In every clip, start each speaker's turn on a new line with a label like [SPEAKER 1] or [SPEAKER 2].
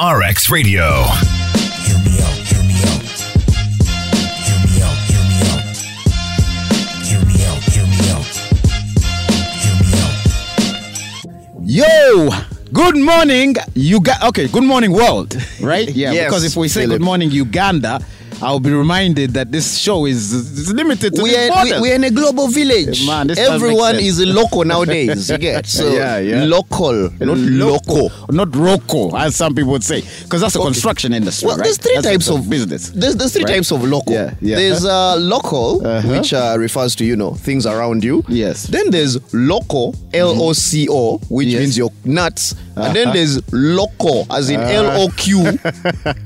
[SPEAKER 1] RX Radio.
[SPEAKER 2] Hear me out, hear me out. Hear me out, hear me out. Hear me out, hear me out. Hear me out.
[SPEAKER 3] Yo, good morning, Uganda. Okay, good morning, world. Right? Yeah,
[SPEAKER 4] Yes,
[SPEAKER 3] because if we say
[SPEAKER 4] Philip.
[SPEAKER 3] good morning, Uganda, I'll be reminded that this show is, is limited to
[SPEAKER 4] we
[SPEAKER 3] this
[SPEAKER 4] are, we,
[SPEAKER 3] borders.
[SPEAKER 4] we are in a global village.
[SPEAKER 3] Man, this does make
[SPEAKER 4] Everyone
[SPEAKER 3] sense.
[SPEAKER 4] is a local nowadays. You get so
[SPEAKER 3] Yeah, yeah.
[SPEAKER 4] local, not loco.
[SPEAKER 3] Not loco, as some people would say, because that's a construction industry.
[SPEAKER 4] Well,
[SPEAKER 3] right?
[SPEAKER 4] there's three
[SPEAKER 3] That's a
[SPEAKER 4] types of
[SPEAKER 3] business.
[SPEAKER 4] There's, there's three
[SPEAKER 3] Right.
[SPEAKER 4] types of local.
[SPEAKER 3] Yeah, yeah. Uh-huh.
[SPEAKER 4] There's uh, local, which uh, refers to you know things around you.
[SPEAKER 3] Yes. Mm-hmm.
[SPEAKER 4] Then there's local, L O C O, which
[SPEAKER 3] Yes. Uh-huh.
[SPEAKER 4] means your nuts. And then there's loco, as in L O Q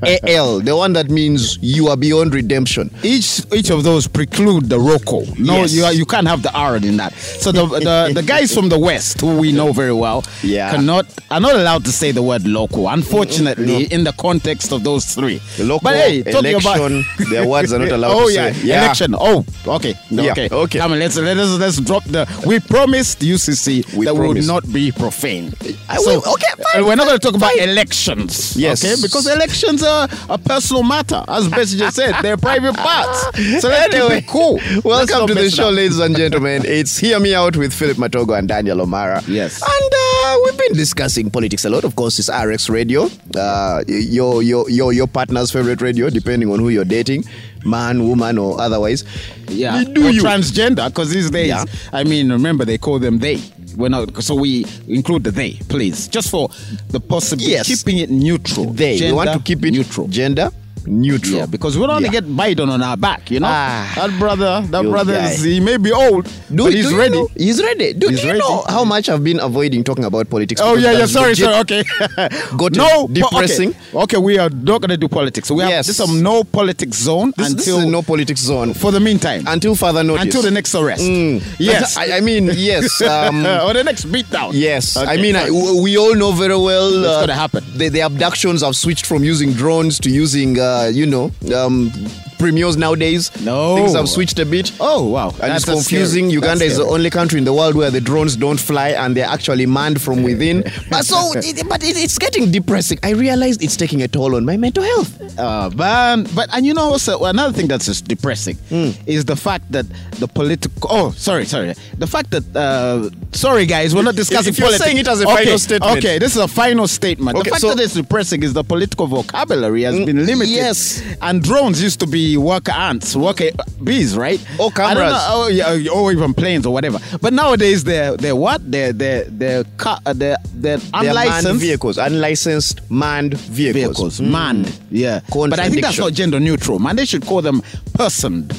[SPEAKER 4] A L, the one that means you are beyond redemption.
[SPEAKER 3] Each each of those preclude the roco. No,
[SPEAKER 4] Yes.
[SPEAKER 3] you are, you can't have the R in that. So the, the the guys from the West, who we know very well,
[SPEAKER 4] Yeah.
[SPEAKER 3] cannot are not allowed to say the word loco. Unfortunately, in the context of those three.
[SPEAKER 4] Local,
[SPEAKER 3] but hey, talking
[SPEAKER 4] election,
[SPEAKER 3] about
[SPEAKER 4] their words are not allowed
[SPEAKER 3] oh
[SPEAKER 4] to
[SPEAKER 3] yeah.
[SPEAKER 4] say. Yeah.
[SPEAKER 3] election. Oh, okay,
[SPEAKER 4] Yeah,
[SPEAKER 3] okay,
[SPEAKER 4] okay.
[SPEAKER 3] Come on, let's let us let's drop the. We promised UCC
[SPEAKER 4] We
[SPEAKER 3] that we would
[SPEAKER 4] promised.
[SPEAKER 3] not be profane.
[SPEAKER 4] I will- okay, fine,
[SPEAKER 3] and we're not going to talk about
[SPEAKER 4] fine.
[SPEAKER 3] elections.
[SPEAKER 4] Yes.
[SPEAKER 3] okay, because elections are a personal matter, as Bessie just said. They're private parts. So let's keep it cool. Let's
[SPEAKER 4] Welcome
[SPEAKER 3] not
[SPEAKER 4] to the
[SPEAKER 3] mess it
[SPEAKER 4] show,
[SPEAKER 3] up.
[SPEAKER 4] ladies and gentlemen. It's Hear Me Out with Philip Matogo and Daniel O'Mara.
[SPEAKER 3] Yes.
[SPEAKER 4] And uh, we've been discussing politics a lot. Of course, it's RX Radio, uh, your, your, your, your partner's favorite radio, depending on who you're dating, man, woman, or otherwise.
[SPEAKER 3] Yeah,
[SPEAKER 4] Do
[SPEAKER 3] or
[SPEAKER 4] you?
[SPEAKER 3] transgender? Because these days,
[SPEAKER 4] Yeah.
[SPEAKER 3] I mean, remember they call them they. We're not, so we include the they, please, just for the possibility
[SPEAKER 4] Yes.
[SPEAKER 3] keeping it neutral.
[SPEAKER 4] they. we want to
[SPEAKER 3] Gender
[SPEAKER 4] keep it
[SPEAKER 3] neutral.
[SPEAKER 4] Gender neutral.
[SPEAKER 3] Yeah, because we don't want to
[SPEAKER 4] Yeah.
[SPEAKER 3] get Biden on our back, you know.
[SPEAKER 4] Ah.
[SPEAKER 3] that brother, that
[SPEAKER 4] You
[SPEAKER 3] brother,
[SPEAKER 4] guy.
[SPEAKER 3] is, he may be old,
[SPEAKER 4] Do,
[SPEAKER 3] but
[SPEAKER 4] do
[SPEAKER 3] he's
[SPEAKER 4] you
[SPEAKER 3] ready.
[SPEAKER 4] know- he's ready. Do,
[SPEAKER 3] He's
[SPEAKER 4] do you
[SPEAKER 3] ready.
[SPEAKER 4] know how much I've been avoiding talking about politics?
[SPEAKER 3] Oh
[SPEAKER 4] Because
[SPEAKER 3] yeah, yeah.
[SPEAKER 4] that's
[SPEAKER 3] Sorry,
[SPEAKER 4] legit-
[SPEAKER 3] sorry. Okay,
[SPEAKER 4] Got it.
[SPEAKER 3] no but okay.
[SPEAKER 4] Depressing.
[SPEAKER 3] Okay, we are not going to do politics. So we have
[SPEAKER 4] Yes.
[SPEAKER 3] this is a no politics zone
[SPEAKER 4] This, this
[SPEAKER 3] until
[SPEAKER 4] is a no politics zone.
[SPEAKER 3] for the meantime
[SPEAKER 4] Until further notice.
[SPEAKER 3] until the next arrest. Yes,
[SPEAKER 4] Yes, I, I mean yes. Um,
[SPEAKER 3] or the next beatdown.
[SPEAKER 4] yes, I
[SPEAKER 3] Okay,
[SPEAKER 4] mean I,
[SPEAKER 3] fine.
[SPEAKER 4] w- we all know very well uh,
[SPEAKER 3] It's gonna happen.
[SPEAKER 4] The, the abductions have switched from using drones to using uh, you know um, premiers nowadays.
[SPEAKER 3] No.
[SPEAKER 4] things have switched a bit.
[SPEAKER 3] oh wow,
[SPEAKER 4] And it's
[SPEAKER 3] That's scary.
[SPEAKER 4] confusing.
[SPEAKER 3] That's
[SPEAKER 4] Uganda is the
[SPEAKER 3] scary.
[SPEAKER 4] only country in the world where the drones don't fly and they're actually manned from within. but so, it, but it, it's getting depressing. I realized it's taking a toll on my mental health.
[SPEAKER 3] Uh, man, but and you know also another thing that's just depressing
[SPEAKER 4] Hmm.
[SPEAKER 3] is the fact that the political. Oh, sorry, sorry. The fact that uh, sorry guys, we're not discussing
[SPEAKER 4] if you're
[SPEAKER 3] politics.
[SPEAKER 4] saying it as a
[SPEAKER 3] okay,
[SPEAKER 4] final statement.
[SPEAKER 3] okay, this is a final statement.
[SPEAKER 4] Okay,
[SPEAKER 3] the fact
[SPEAKER 4] so- Mm,
[SPEAKER 3] that it's depressing is the political vocabulary has been limited.
[SPEAKER 4] yes.
[SPEAKER 3] and drones used to be worker ants, worker bees, right?
[SPEAKER 4] Or
[SPEAKER 3] I don't
[SPEAKER 4] cameras.
[SPEAKER 3] know, oh yeah, or even planes or whatever. But nowadays they're they're what they're they're they're car, uh, they're, they're
[SPEAKER 4] They're manned
[SPEAKER 3] unlicensed
[SPEAKER 4] vehicles, unlicensed manned vehicles.
[SPEAKER 3] vehicles, manned. Yeah, but I think that's
[SPEAKER 4] Contradiction.
[SPEAKER 3] not gender neutral, man. They should call them personed.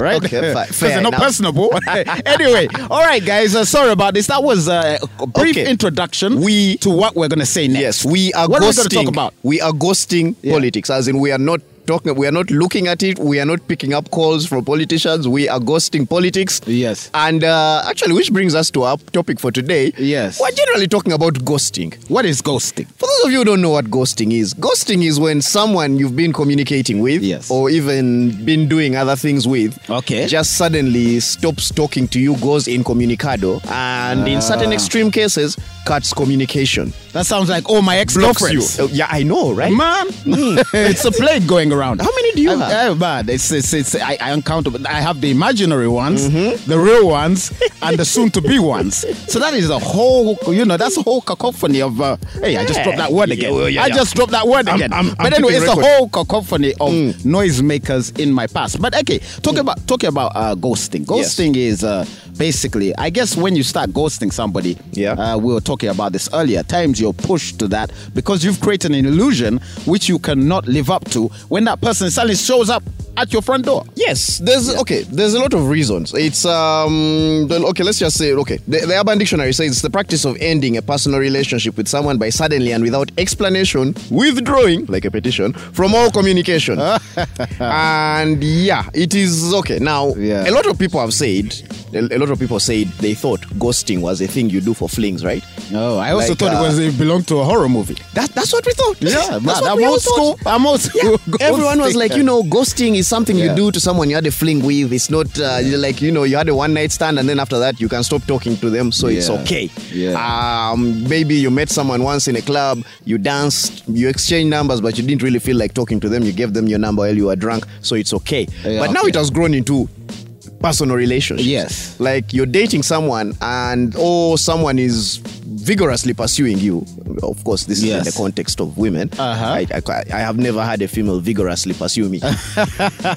[SPEAKER 3] right?
[SPEAKER 4] Okay, fi-
[SPEAKER 3] 'Cause
[SPEAKER 4] fair
[SPEAKER 3] they're not
[SPEAKER 4] enough.
[SPEAKER 3] personable. anyway, all right, guys. Uh, sorry about this. That was uh, a brief
[SPEAKER 4] Okay.
[SPEAKER 3] introduction
[SPEAKER 4] We-
[SPEAKER 3] to what we're gonna say next.
[SPEAKER 4] Yes, we are
[SPEAKER 3] What are we
[SPEAKER 4] ghosting.
[SPEAKER 3] gonna talk about?
[SPEAKER 4] We are ghosting
[SPEAKER 3] Yeah.
[SPEAKER 4] politics, as in we are not talking. We are not looking at it. We are not picking up calls from politicians. We are ghosting politics.
[SPEAKER 3] Yes.
[SPEAKER 4] And uh, actually, which brings us to our topic for today.
[SPEAKER 3] Yes.
[SPEAKER 4] We're generally talking about ghosting.
[SPEAKER 3] What is ghosting?
[SPEAKER 4] For those of you who don't know what ghosting is, ghosting is when someone you've been communicating with
[SPEAKER 3] Yes.
[SPEAKER 4] or even been doing other things with
[SPEAKER 3] Okay.
[SPEAKER 4] just suddenly stops talking to you, goes incommunicado, and
[SPEAKER 3] Ah.
[SPEAKER 4] in certain extreme cases, cuts communication.
[SPEAKER 3] That sounds like oh my ex girlfriends.
[SPEAKER 4] Oh, yeah, I know, right?
[SPEAKER 3] Man, it's a plague going around.
[SPEAKER 4] How many do you
[SPEAKER 3] I,
[SPEAKER 4] have?
[SPEAKER 3] I, man, Hmm. it's, it's, it's, I, I uncountable. I have the imaginary ones,
[SPEAKER 4] Mm-hmm.
[SPEAKER 3] the real ones, and the soon-to-be ones. So that is a whole, you know, that's a whole cacophony of. Uh, hey, I just dropped that word
[SPEAKER 4] Yeah,
[SPEAKER 3] again.
[SPEAKER 4] well, yeah,
[SPEAKER 3] I
[SPEAKER 4] yeah.
[SPEAKER 3] just dropped that word
[SPEAKER 4] I'm-
[SPEAKER 3] again.
[SPEAKER 4] I'm- I'm
[SPEAKER 3] but anyway,
[SPEAKER 4] keeping
[SPEAKER 3] it's
[SPEAKER 4] record. Mm.
[SPEAKER 3] a whole cacophony of noisemakers in my past. But okay, talking about talking about uh, ghosting.
[SPEAKER 4] Yes.
[SPEAKER 3] Ghosting is uh, basically, I guess, when you start ghosting somebody.
[SPEAKER 4] Yeah.
[SPEAKER 3] Uh, we were talking about this earlier. Times you're pushed to that because you've created an illusion which you cannot live up to when that person suddenly shows up at your front door.
[SPEAKER 4] Yes, there's okay. There's a lot of reasons. It's um the- okay. Let's just say okay. The, the Urban Dictionary says it's the practice of ending a personal relationship with someone by suddenly and without explanation withdrawing, like a petition, from all communication. and yeah, it is okay. Now,
[SPEAKER 3] Yeah.
[SPEAKER 4] a lot of people have said, a, a lot of people said they thought ghosting was a thing you do for flings, right?
[SPEAKER 3] No, Oh, I also
[SPEAKER 4] Like,
[SPEAKER 3] thought
[SPEAKER 4] uh,
[SPEAKER 3] it was it belonged to a horror movie.
[SPEAKER 4] That, that's what we thought.
[SPEAKER 3] Yeah,
[SPEAKER 4] that's
[SPEAKER 3] man,
[SPEAKER 4] what
[SPEAKER 3] I'm
[SPEAKER 4] we all
[SPEAKER 3] old school.
[SPEAKER 4] thought.
[SPEAKER 3] I'm old school.
[SPEAKER 4] Everyone was
[SPEAKER 3] Ghosting.
[SPEAKER 4] like, you know, ghosting is is something
[SPEAKER 3] Yeah.
[SPEAKER 4] you do to someone you had a fling with. It's not uh, you're like you know you had a one night stand and then after that you can stop talking to them, so it's
[SPEAKER 3] Yeah.
[SPEAKER 4] okay.
[SPEAKER 3] Yeah.
[SPEAKER 4] Um, maybe you met someone once in a club, you danced, you exchanged numbers, but you didn't really feel like talking to them. You gave them your number while you were drunk, so it's okay.
[SPEAKER 3] Yeah,
[SPEAKER 4] but now
[SPEAKER 3] okay.
[SPEAKER 4] it has grown into personal relationships.
[SPEAKER 3] Yes.
[SPEAKER 4] Like you're dating someone and oh someone is vigorously pursuing you. Of course, this is in
[SPEAKER 3] Yes.
[SPEAKER 4] the context of women.
[SPEAKER 3] Uh-huh.
[SPEAKER 4] I, I, I have never had a female vigorously pursue me.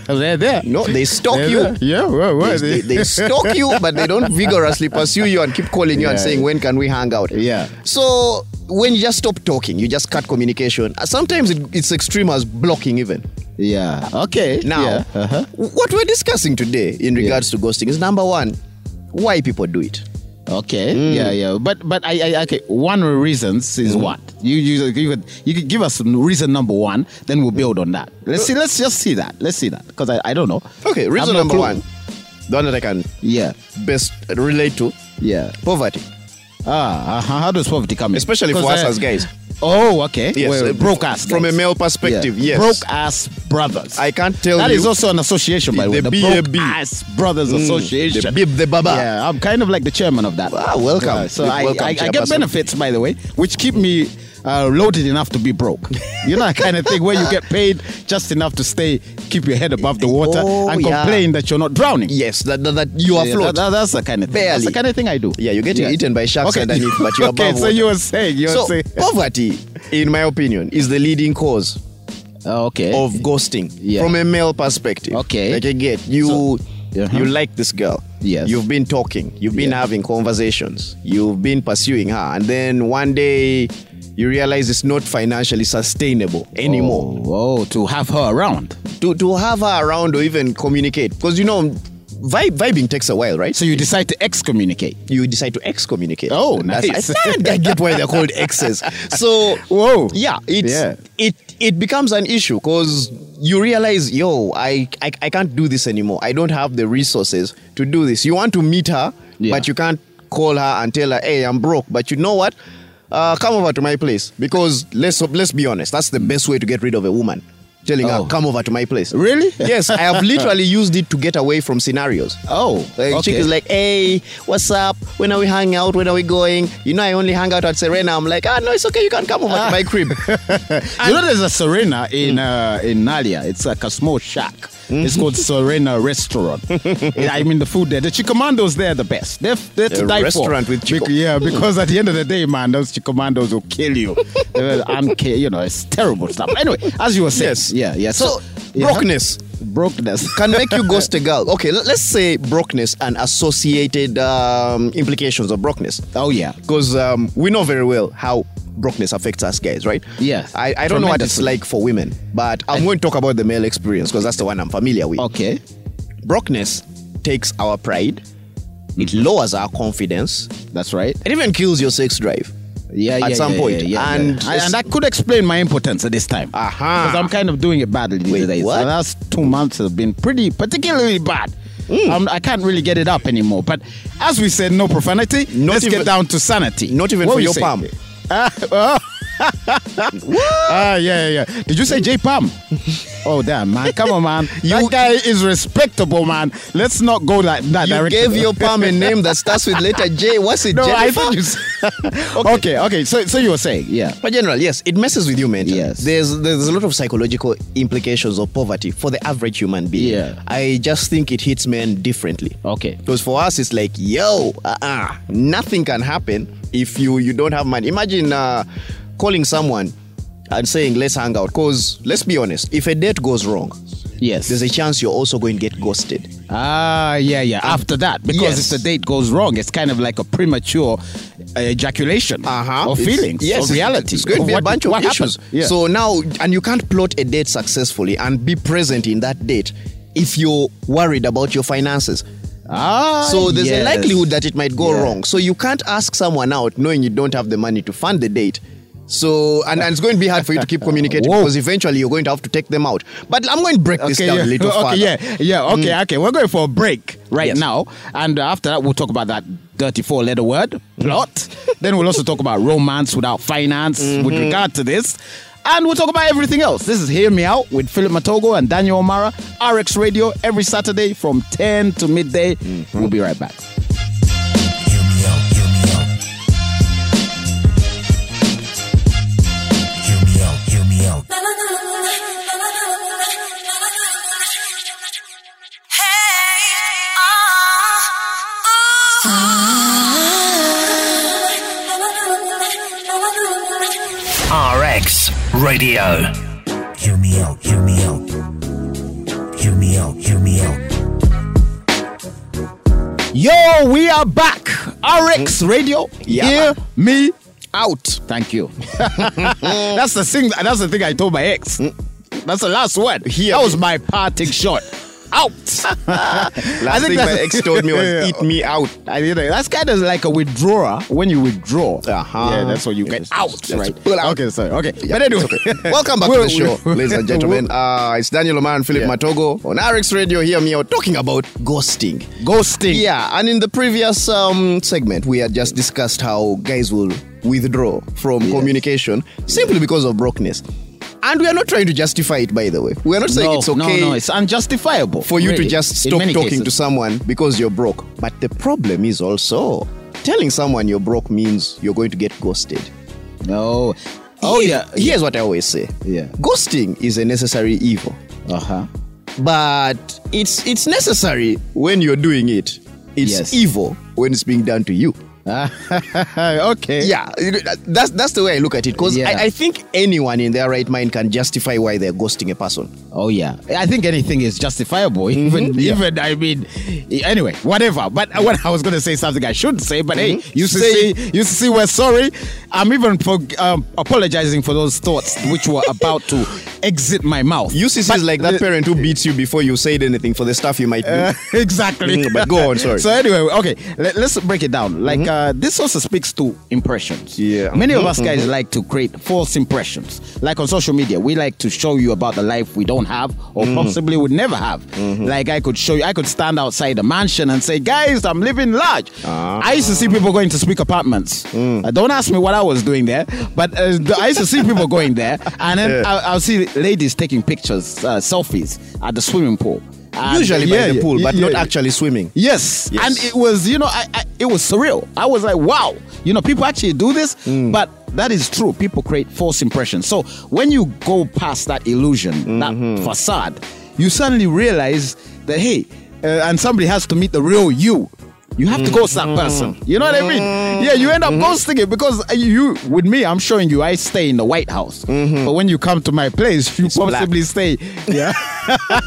[SPEAKER 3] They're there.
[SPEAKER 4] no, they stalk
[SPEAKER 3] They're
[SPEAKER 4] you.
[SPEAKER 3] there. Yeah, well, well,
[SPEAKER 4] They, they, they stalk you, but they don't vigorously pursue you and keep calling you and
[SPEAKER 3] Yeah.
[SPEAKER 4] saying, "When can we hang out?"
[SPEAKER 3] Yeah.
[SPEAKER 4] So when you just stop talking, you just cut communication. Uh, Sometimes it, it's extreme as blocking, even.
[SPEAKER 3] Yeah. Okay.
[SPEAKER 4] Now,
[SPEAKER 3] Yeah. Uh-huh.
[SPEAKER 4] what we're discussing today in regards to ghosting is number one, why people do it.
[SPEAKER 3] Okay.
[SPEAKER 4] Mm.
[SPEAKER 3] Yeah. Yeah. But but I, I okay. One reasons is what you you you could, you could give us reason number one, then we'll build on that. Let's see. Let's just see that. Let's see that because I, I don't know.
[SPEAKER 4] Okay,
[SPEAKER 3] I've
[SPEAKER 4] reason
[SPEAKER 3] no
[SPEAKER 4] number
[SPEAKER 3] clue.
[SPEAKER 4] one, the one that I can
[SPEAKER 3] Yeah.
[SPEAKER 4] best relate to,
[SPEAKER 3] Yeah.
[SPEAKER 4] poverty.
[SPEAKER 3] Ah. Uh-huh. How does poverty come in?
[SPEAKER 4] Especially for
[SPEAKER 3] 'Cause,
[SPEAKER 4] us as guys.
[SPEAKER 3] Oh. Okay.
[SPEAKER 4] Yes,
[SPEAKER 3] Well,
[SPEAKER 4] uh,
[SPEAKER 3] broke us
[SPEAKER 4] from a
[SPEAKER 3] guys.
[SPEAKER 4] male perspective, yes.
[SPEAKER 3] Broke ass brothers.
[SPEAKER 4] I can't tell
[SPEAKER 3] That
[SPEAKER 4] you.
[SPEAKER 3] is also an association, by the way.
[SPEAKER 4] The
[SPEAKER 3] The
[SPEAKER 4] BAB.
[SPEAKER 3] Broke Ass Brothers Association.
[SPEAKER 4] the Bib, the Baba.
[SPEAKER 3] Yeah, I'm kind of like the chairman of that.
[SPEAKER 4] Ah, welcome.
[SPEAKER 3] Yeah, so
[SPEAKER 4] You're
[SPEAKER 3] I,
[SPEAKER 4] welcome,
[SPEAKER 3] I, I get
[SPEAKER 4] chairperson.
[SPEAKER 3] benefits, by the way, which keep me uh, loaded enough to be broke. You know, that kind of thing where you get paid just enough to stay, keep your head above the water,
[SPEAKER 4] Oh,
[SPEAKER 3] and
[SPEAKER 4] yeah.
[SPEAKER 3] complain that you're not drowning.
[SPEAKER 4] Yes, that, that, that you are
[SPEAKER 3] Yeah,
[SPEAKER 4] float.
[SPEAKER 3] that- that- that's the kind of thing. That's the
[SPEAKER 4] Barely.
[SPEAKER 3] kind of thing I do.
[SPEAKER 4] Yeah, you're getting eaten by sharks
[SPEAKER 3] okay.
[SPEAKER 4] underneath, but you're
[SPEAKER 3] okay,
[SPEAKER 4] above
[SPEAKER 3] so
[SPEAKER 4] water.
[SPEAKER 3] you were saying, you were
[SPEAKER 4] so
[SPEAKER 3] saying,
[SPEAKER 4] poverty, in my opinion, is the leading cause
[SPEAKER 3] oh, okay,
[SPEAKER 4] of ghosting
[SPEAKER 3] Yeah.
[SPEAKER 4] from a male perspective.
[SPEAKER 3] Okay.
[SPEAKER 4] like again, you
[SPEAKER 3] So- Uh-huh.
[SPEAKER 4] you like this girl.
[SPEAKER 3] Yes.
[SPEAKER 4] You've been talking. You've been
[SPEAKER 3] Yeah.
[SPEAKER 4] having conversations. You've been pursuing her, and then one day you realize it's not financially sustainable anymore.
[SPEAKER 3] Oh, oh, to have her around.
[SPEAKER 4] to, to have her around or even communicate because you know vibe, vibing takes a while right
[SPEAKER 3] So you decide to excommunicate.
[SPEAKER 4] you decide to excommunicate
[SPEAKER 3] Oh, nice.
[SPEAKER 4] I, I get why they're called exes so
[SPEAKER 3] Whoa.
[SPEAKER 4] yeah it's
[SPEAKER 3] Oh, Yeah.
[SPEAKER 4] it it becomes an issue because you realize yo I, I i can't do this anymore i don't have the resources to do this you want to meet her
[SPEAKER 3] Yeah.
[SPEAKER 4] but you can't call her and tell her hey i'm broke but you know what uh, come over to my place because let's let's be honest that's the best way to get rid of a woman telling
[SPEAKER 3] Oh.
[SPEAKER 4] her come over to my place
[SPEAKER 3] Really?
[SPEAKER 4] yes, I have literally used it to get away from scenarios.
[SPEAKER 3] Oh,
[SPEAKER 4] Like
[SPEAKER 3] okay.
[SPEAKER 4] chick is like, hey, what's up? When are we hanging out? When are we going? You know, I only hang out at Serena. I'm like, ah, no, it's okay. You can come over to my crib.
[SPEAKER 3] you know, there's a Serena in uh, in Nalia. It's like a small shack. It's
[SPEAKER 4] Mm-hmm.
[SPEAKER 3] called Serena Restaurant. Yeah, I mean, the food there, the Chicomandos, they're the best. They're, they're to
[SPEAKER 4] A
[SPEAKER 3] die
[SPEAKER 4] restaurant
[SPEAKER 3] for.
[SPEAKER 4] with Chico- Hmm.
[SPEAKER 3] Bec- yeah, because at the end of the day, man, those Chicomandos will kill you. They will unca- you know, it's terrible stuff. Anyway, as you were saying,
[SPEAKER 4] Yes.
[SPEAKER 3] yeah, yeah.
[SPEAKER 4] so,
[SPEAKER 3] yeah.
[SPEAKER 4] brokenness
[SPEAKER 3] brokenness.
[SPEAKER 4] can make you ghost a girl. Okay, l- let's say brokenness and associated um, implications of brokenness.
[SPEAKER 3] Oh yeah,
[SPEAKER 4] Because um, we know very well how brokenness affects us guys, right?
[SPEAKER 3] Yes.
[SPEAKER 4] I, I don't know what it's
[SPEAKER 3] Tremendously.
[SPEAKER 4] like for women, but I'm going to talk about the male experience because that's the one I'm familiar with.
[SPEAKER 3] okay.
[SPEAKER 4] Brokenness takes our pride, it
[SPEAKER 3] Mm-hmm.
[SPEAKER 4] lowers our confidence,
[SPEAKER 3] That's right.
[SPEAKER 4] it even kills your sex drive.
[SPEAKER 3] Yeah,
[SPEAKER 4] At
[SPEAKER 3] yeah,
[SPEAKER 4] some
[SPEAKER 3] yeah,
[SPEAKER 4] point.
[SPEAKER 3] yeah, yeah,
[SPEAKER 4] And-
[SPEAKER 3] yeah. I- and that could explain my impotence at this time.
[SPEAKER 4] Aha.
[SPEAKER 3] Because I'm kind of doing it badly these
[SPEAKER 4] Wait,
[SPEAKER 3] days.
[SPEAKER 4] what?
[SPEAKER 3] The last two months have been pretty, particularly bad.
[SPEAKER 4] Mm.
[SPEAKER 3] Um, I can't really get it up anymore. But as we said, no profanity.
[SPEAKER 4] Not
[SPEAKER 3] Let's
[SPEAKER 4] even-
[SPEAKER 3] get down to sanity.
[SPEAKER 4] Not even
[SPEAKER 3] What
[SPEAKER 4] for
[SPEAKER 3] we
[SPEAKER 4] your
[SPEAKER 3] say?
[SPEAKER 4] palm.
[SPEAKER 3] Ah, yeah, yeah, yeah. Did you say J Palm? oh, damn, man. Come on, man.
[SPEAKER 4] You-
[SPEAKER 3] that guy is respectable, man. Let's not go like that
[SPEAKER 4] You
[SPEAKER 3] direction.
[SPEAKER 4] gave your palm a name that starts with letter J. What's it,
[SPEAKER 3] No, I
[SPEAKER 4] Jennifer?
[SPEAKER 3] thought you. s- okay. okay, So, so you were saying, yeah.
[SPEAKER 4] But general, yes, it messes with you mentally.
[SPEAKER 3] Yes.
[SPEAKER 4] There's there's a lot of psychological implications of poverty for the average human being.
[SPEAKER 3] Yeah.
[SPEAKER 4] I just think it hits men differently.
[SPEAKER 3] Okay.
[SPEAKER 4] Because for us, it's like, yo, uh-uh, nothing can happen if you you don't have money. Imagine uh, calling someone and saying, let's hang out. Because let's be honest, if a date goes wrong,
[SPEAKER 3] Yes.
[SPEAKER 4] there's a chance you're also going to get ghosted.
[SPEAKER 3] Ah, yeah, yeah. After that, because
[SPEAKER 4] Yes.
[SPEAKER 3] if the date goes wrong, it's kind of like a premature uh, ejaculation
[SPEAKER 4] uh-huh.
[SPEAKER 3] of
[SPEAKER 4] It's-
[SPEAKER 3] feelings,
[SPEAKER 4] yes,
[SPEAKER 3] of
[SPEAKER 4] it's-
[SPEAKER 3] reality.
[SPEAKER 4] It's going to be
[SPEAKER 3] what-
[SPEAKER 4] a bunch of
[SPEAKER 3] what happened.
[SPEAKER 4] issues.
[SPEAKER 3] Yeah.
[SPEAKER 4] So now, and you can't plot a date successfully and be present in that date if you're worried about your finances.
[SPEAKER 3] ah,
[SPEAKER 4] So there's a
[SPEAKER 3] yes.
[SPEAKER 4] likelihood that it might go
[SPEAKER 3] Yeah.
[SPEAKER 4] wrong. So you can't ask someone out knowing you don't have the money to fund the date. So and, and it's going to be hard for you to keep communicating
[SPEAKER 3] Whoa.
[SPEAKER 4] because eventually you're going to have to take them out. But I'm going to break this
[SPEAKER 3] Okay,
[SPEAKER 4] down
[SPEAKER 3] yeah.
[SPEAKER 4] a little
[SPEAKER 3] okay,
[SPEAKER 4] further. Mm.
[SPEAKER 3] yeah, yeah, okay, okay. We're going for a break right
[SPEAKER 4] Yes.
[SPEAKER 3] now, and after that, we'll talk about that dirty four-letter
[SPEAKER 4] Mm.
[SPEAKER 3] word
[SPEAKER 4] Mm-hmm.
[SPEAKER 3] plot. then we'll also talk about romance without finance with regard to this. And we'll talk about everything else. This is Hear Me Out with Philip Matogo and Daniel O'Mara, RX Radio, every Saturday from 10 to midday.
[SPEAKER 4] Mm-hmm.
[SPEAKER 3] We'll be right back.
[SPEAKER 2] Hear me out, hear me out. Hear me out, hear me out.
[SPEAKER 1] RX Radio.
[SPEAKER 2] Hear me out, hear me out. Hear me out, hear me out.
[SPEAKER 3] Yo, we are back. RX Radio.
[SPEAKER 4] Mm. Yeah.
[SPEAKER 3] Hear me.
[SPEAKER 4] Out.
[SPEAKER 3] Thank you. that's the thing. That's the thing I told my ex. That's the last word.
[SPEAKER 4] Mm. Hear
[SPEAKER 3] that
[SPEAKER 4] me.
[SPEAKER 3] was my parting shot. Out. I
[SPEAKER 4] Last thing my
[SPEAKER 3] that's-
[SPEAKER 4] ex told me was
[SPEAKER 3] Yeah.
[SPEAKER 4] eat me out.
[SPEAKER 3] I mean, that's kind of like a withdrawal. When you withdraw,
[SPEAKER 4] Uh-huh.
[SPEAKER 3] yeah, that's what you get
[SPEAKER 4] Yes,
[SPEAKER 3] out,
[SPEAKER 4] yes, yes.
[SPEAKER 3] right?
[SPEAKER 4] Pull out.
[SPEAKER 3] Okay, sorry. Okay, but anyway,
[SPEAKER 4] Welcome back to
[SPEAKER 3] We'll-
[SPEAKER 4] the show,
[SPEAKER 3] we'll-
[SPEAKER 4] ladies and gentlemen. Uh, it's Daniel Omar and Philip
[SPEAKER 3] Yeah.
[SPEAKER 4] Matogo on RX Radio. Hear me out talking about ghosting.
[SPEAKER 3] ghosting.
[SPEAKER 4] Yeah, and in the previous um, segment, we had just discussed how guys will withdraw from communication simply because of brokenness. And we are not trying to justify it, by the way. We are not saying
[SPEAKER 3] no,
[SPEAKER 4] it's okay
[SPEAKER 3] no, no, it's unjustifiable
[SPEAKER 4] for you to
[SPEAKER 3] really,
[SPEAKER 4] just
[SPEAKER 3] in
[SPEAKER 4] stop
[SPEAKER 3] many
[SPEAKER 4] talking to
[SPEAKER 3] cases.
[SPEAKER 4] someone because you're broke. But the problem is also telling someone you're broke means you're going to get ghosted.
[SPEAKER 3] No. Oh
[SPEAKER 4] Here-
[SPEAKER 3] yeah.
[SPEAKER 4] Uh, Here's what I always say.
[SPEAKER 3] Yeah.
[SPEAKER 4] Ghosting is a necessary evil.
[SPEAKER 3] Uh huh.
[SPEAKER 4] But it's it's necessary when you're doing it. It's
[SPEAKER 3] Yes.
[SPEAKER 4] evil when it's being done to you.
[SPEAKER 3] okay.
[SPEAKER 4] Yeah, you know, that- that's that's the way I look at it. Because
[SPEAKER 3] Eh? Yeah.
[SPEAKER 4] I, I think anyone in their right mind can justify why they're ghosting a person.
[SPEAKER 3] Oh yeah, I think anything is justifiable. Even even I mean, anyway, whatever. But uh, what I was going to say something I shouldn't say. But hey, you
[SPEAKER 4] Say
[SPEAKER 3] see, you see, we're sorry. I'm even for, um, apologizing for those thoughts which were about to exit my mouth.
[SPEAKER 4] UCC
[SPEAKER 3] But
[SPEAKER 4] is like that
[SPEAKER 3] the-
[SPEAKER 4] parent who beats you before you said anything for the stuff you might do.
[SPEAKER 3] Uh, exactly.
[SPEAKER 4] Mm, but go on, sorry. Mm-hmm.
[SPEAKER 3] so anyway, okay, let, us break it down. Like uh, this also speaks to impressions.
[SPEAKER 4] Yeah. Mm-hmm,
[SPEAKER 3] Many of us guys like to create false impressions. Like on social media, we like to show you about the life we don't have or
[SPEAKER 4] Mm-hmm.
[SPEAKER 3] possibly would never have. Like I could show you, I could stand outside a mansion and say, "Guys, I'm living large."
[SPEAKER 4] Ah.
[SPEAKER 3] I used to see people going to speak apartments.
[SPEAKER 4] Mm.
[SPEAKER 3] Uh, don't ask me what I was doing there, but uh, th- I used to see people going there, and then
[SPEAKER 4] Yeah.
[SPEAKER 3] I'll, I'll see ladies taking pictures, uh, selfies at the swimming pool. And-
[SPEAKER 4] Usually
[SPEAKER 3] yeah,
[SPEAKER 4] by the
[SPEAKER 3] yeah,
[SPEAKER 4] pool, but
[SPEAKER 3] yeah,
[SPEAKER 4] not
[SPEAKER 3] yeah.
[SPEAKER 4] actually swimming.
[SPEAKER 3] Yes.
[SPEAKER 4] Yes.
[SPEAKER 3] and it was you know I, I it was surreal. I was like, wow, you know, people actually do this,
[SPEAKER 4] Mm.
[SPEAKER 3] but that is true. People create false impressions. So when you go past that illusion,
[SPEAKER 4] Mm-hmm.
[SPEAKER 3] that facade, you suddenly realize that hey, uh, and somebody has to meet the real you. You have to ghost that person.
[SPEAKER 4] Mm-hmm.
[SPEAKER 3] You know what I mean? Yeah, you end up ghosting it because uh, you, with me, I'm showing you I stay in the White House. But when you come to my place, you
[SPEAKER 4] Mm-hmm. black.
[SPEAKER 3] possibly stay, yeah,